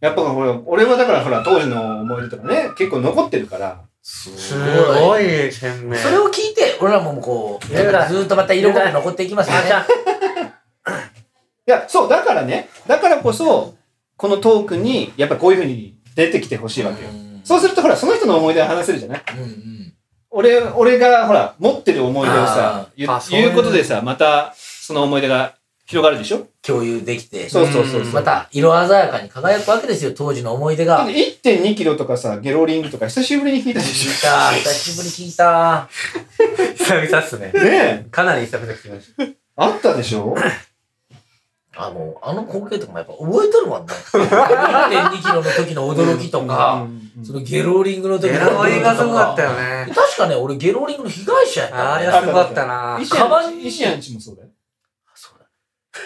[SPEAKER 2] やっぱほら、俺はだからほら、当時の思い出とかね、結構残ってるから。
[SPEAKER 3] す
[SPEAKER 5] すごい鮮明。
[SPEAKER 3] それを聞いて、俺らももうこう、ず
[SPEAKER 5] いろいろ
[SPEAKER 3] ーっとまた色濃く残っていきますよね。
[SPEAKER 2] いや、そう、だからね、だからこそ、このトークに、やっぱこういうふうに出てきてほしいわけよ。そうするとほら、その人の思い出を話せるじゃない
[SPEAKER 3] うんうん。
[SPEAKER 2] 俺、俺がほら、持ってる思い出をさ
[SPEAKER 3] あ、
[SPEAKER 2] 言
[SPEAKER 5] あ
[SPEAKER 2] う
[SPEAKER 5] そういう
[SPEAKER 2] 言うことでさ、また、その思い出が広がるでしょ
[SPEAKER 3] 共有できて、
[SPEAKER 2] そうそうそうそう。
[SPEAKER 3] また色鮮やかに輝くわけですよ、当時の思い出
[SPEAKER 2] だって
[SPEAKER 3] が。
[SPEAKER 2] 1.2キロとかさ、ゲロリングとか久しぶりに聞いたで
[SPEAKER 3] 聞
[SPEAKER 2] し
[SPEAKER 3] いた、久しぶり聞いた。
[SPEAKER 5] 久々っすね
[SPEAKER 2] ょ。。ねえ、
[SPEAKER 5] かなり久々来ました。
[SPEAKER 2] あったでしょ
[SPEAKER 3] あの、あの光景とかもやっぱ覚えとるもんね。1.2キロの時の驚きと
[SPEAKER 2] う
[SPEAKER 3] か、
[SPEAKER 2] んうん
[SPEAKER 3] そのゲローリングの時
[SPEAKER 5] ゲ
[SPEAKER 3] の
[SPEAKER 5] ラ
[SPEAKER 3] 驚
[SPEAKER 5] 割
[SPEAKER 3] き
[SPEAKER 5] り
[SPEAKER 3] と
[SPEAKER 5] がすごか
[SPEAKER 3] か
[SPEAKER 5] った。よね。
[SPEAKER 3] 確かね、俺ゲローリングの被害者やったの
[SPEAKER 5] あ
[SPEAKER 3] ね
[SPEAKER 5] れはすごかったな。
[SPEAKER 2] 石
[SPEAKER 3] カバ
[SPEAKER 2] 谷
[SPEAKER 3] ン
[SPEAKER 2] 石谷んちもそうだよ。
[SPEAKER 3] そうだ。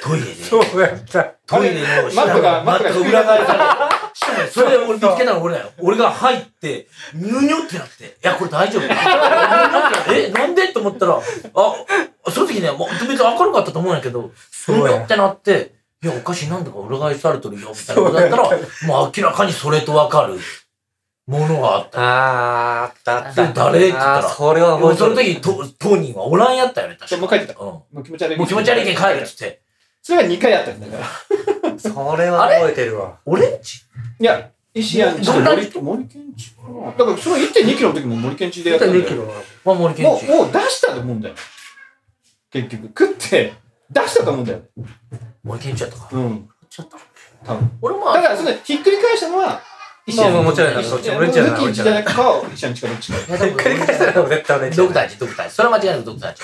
[SPEAKER 3] トイレで。
[SPEAKER 5] そうやった。
[SPEAKER 3] トイレの下
[SPEAKER 2] マットが
[SPEAKER 3] のマ
[SPEAKER 2] マットが
[SPEAKER 3] ットが裏返されて、しかもそれ俺見つけたの俺だよ。俺が入って、ニュニョってなって、いや、これ大丈夫。ニュニョってなってえ、なんでと思ったら、あ、その時ね、もう別に明るかったと思うんやけど、ニュニョってなって、いや、おかしい、なんだか裏返されてるよ、みたいなことだったら、もう明らかにそれとわかるものがあった。
[SPEAKER 5] あー、あったあっ
[SPEAKER 3] それ
[SPEAKER 5] た。
[SPEAKER 3] 誰って言ったら
[SPEAKER 5] あーそれは
[SPEAKER 3] でも
[SPEAKER 5] 覚え
[SPEAKER 3] そ
[SPEAKER 5] と
[SPEAKER 3] の
[SPEAKER 5] る。
[SPEAKER 3] 時、と当人はおらんやったよね、確
[SPEAKER 2] そ
[SPEAKER 3] か
[SPEAKER 2] うもう帰ってた。
[SPEAKER 3] うん。
[SPEAKER 2] もう気持ち悪い。
[SPEAKER 3] もう気持ち悪いけん帰るっつって。
[SPEAKER 2] それが2回あったんだから。
[SPEAKER 5] それは覚えてるわ。
[SPEAKER 3] 俺んち
[SPEAKER 2] いや、石谷んち
[SPEAKER 3] どんな
[SPEAKER 2] 森森健一かなだからその1.2キロの時も森健一でやったんだよ。
[SPEAKER 5] ロ
[SPEAKER 3] まあ、森健
[SPEAKER 2] も
[SPEAKER 3] 一
[SPEAKER 2] う、。もう出したと思うんだよ。結局。食って、出したと思うんだよ。
[SPEAKER 3] 森健一やったか。
[SPEAKER 2] うん。
[SPEAKER 3] ちょっと。
[SPEAKER 2] 多分。
[SPEAKER 3] 俺も、
[SPEAKER 2] ただ、その、ひっくり返したのは、医
[SPEAKER 5] まあまあもちろんだそっちも俺んちじゃない
[SPEAKER 2] フッキーじゃなくか、医者の近どっちか。
[SPEAKER 3] いや多分
[SPEAKER 5] 繰り返したらもう絶対俺んち
[SPEAKER 3] ド
[SPEAKER 5] だ
[SPEAKER 3] クターち、ドクターち。それは間違いなくドクターち。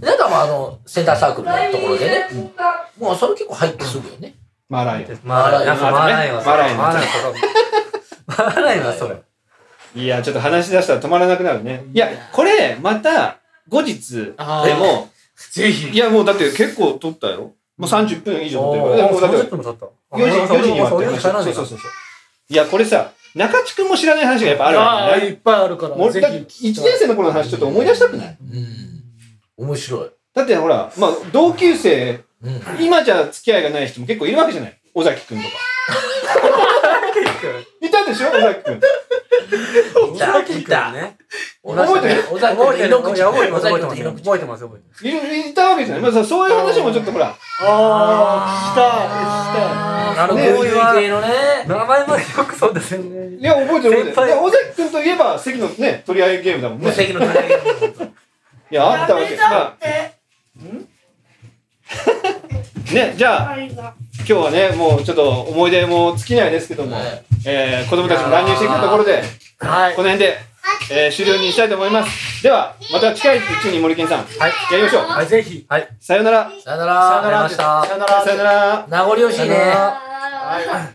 [SPEAKER 3] なんかまあ、あの、センターサークルのところでね、もうそれ結構入ってすぐよね。
[SPEAKER 2] マーライ
[SPEAKER 5] マーライオンなんかマーライオンは
[SPEAKER 2] マーライオン
[SPEAKER 5] マーライオンはマーライオンはそれ
[SPEAKER 2] オン。いや、ちょっと話し出したら止まらなくなるね。いや、これ、また、後日、で
[SPEAKER 4] あー
[SPEAKER 2] も、
[SPEAKER 5] ぜ
[SPEAKER 2] い
[SPEAKER 5] ひ
[SPEAKER 2] や、もうだって結構撮ったよ。もう30分以上撮ってるから。もうだって
[SPEAKER 5] 分も経った
[SPEAKER 2] 4時、4時に終わって
[SPEAKER 5] る
[SPEAKER 2] るから。そうそうそうそう。いや、これさ、中地君も知らない話がやっぱある
[SPEAKER 4] あ
[SPEAKER 2] わ
[SPEAKER 4] あ
[SPEAKER 2] け
[SPEAKER 4] いっ
[SPEAKER 2] ね。
[SPEAKER 4] ぱいあるから
[SPEAKER 2] もう
[SPEAKER 4] ぜ
[SPEAKER 2] だって
[SPEAKER 4] ひ
[SPEAKER 2] 1年生の頃の話ちょっと思い出したくない
[SPEAKER 3] うん。面白い。
[SPEAKER 2] だってほら、まあ、同級生、
[SPEAKER 3] うん。
[SPEAKER 2] 今じゃ付き合いがない人も結構いるわけじゃない尾崎 君とか。いたでしょ尾崎君。
[SPEAKER 3] い
[SPEAKER 5] さ
[SPEAKER 3] た、
[SPEAKER 5] っき
[SPEAKER 3] い
[SPEAKER 5] から
[SPEAKER 3] た。
[SPEAKER 5] ね
[SPEAKER 3] 小田
[SPEAKER 2] 覚えてる
[SPEAKER 3] 君、小田
[SPEAKER 5] 覚え
[SPEAKER 3] 君
[SPEAKER 5] て
[SPEAKER 3] の井
[SPEAKER 5] る
[SPEAKER 3] ノ
[SPEAKER 5] 覚
[SPEAKER 3] 口。
[SPEAKER 5] えてます覚
[SPEAKER 3] 小田
[SPEAKER 5] え
[SPEAKER 3] 君
[SPEAKER 5] て
[SPEAKER 3] の
[SPEAKER 5] ます覚えてます覚えて
[SPEAKER 3] 井ノ口。
[SPEAKER 5] ます
[SPEAKER 2] いるいたわけじゃない。まあさ、そういう話もちょっとほら、
[SPEAKER 4] ああ
[SPEAKER 5] あの
[SPEAKER 2] ね
[SPEAKER 5] こういう
[SPEAKER 3] 系のね。
[SPEAKER 5] 名前までよくそうですよね
[SPEAKER 2] いや、覚えてる
[SPEAKER 5] 先
[SPEAKER 2] 覚えて
[SPEAKER 5] 輩
[SPEAKER 2] る。で尾崎君といえば、関のね、取り合いゲームだもん
[SPEAKER 3] 無
[SPEAKER 2] ね。
[SPEAKER 3] 責の高い
[SPEAKER 2] いや、あったわけ。まあ
[SPEAKER 6] て。
[SPEAKER 2] ね、じゃあ、今日はね、もうちょっと思い出も尽きないですけども、
[SPEAKER 3] はい
[SPEAKER 2] えー子供たちも乱入していくところで、
[SPEAKER 4] したはい
[SPEAKER 2] この辺で、えー終了にしたいと思います。では、また近いうちに森健さん、
[SPEAKER 5] はい
[SPEAKER 2] やりましょう。
[SPEAKER 5] はいぜひはい
[SPEAKER 2] さようなら。
[SPEAKER 3] さよなら。
[SPEAKER 5] さよなら
[SPEAKER 3] ありがとうございま
[SPEAKER 4] さよなら
[SPEAKER 2] さようなら。
[SPEAKER 3] した名残惜しいね。
[SPEAKER 6] はい。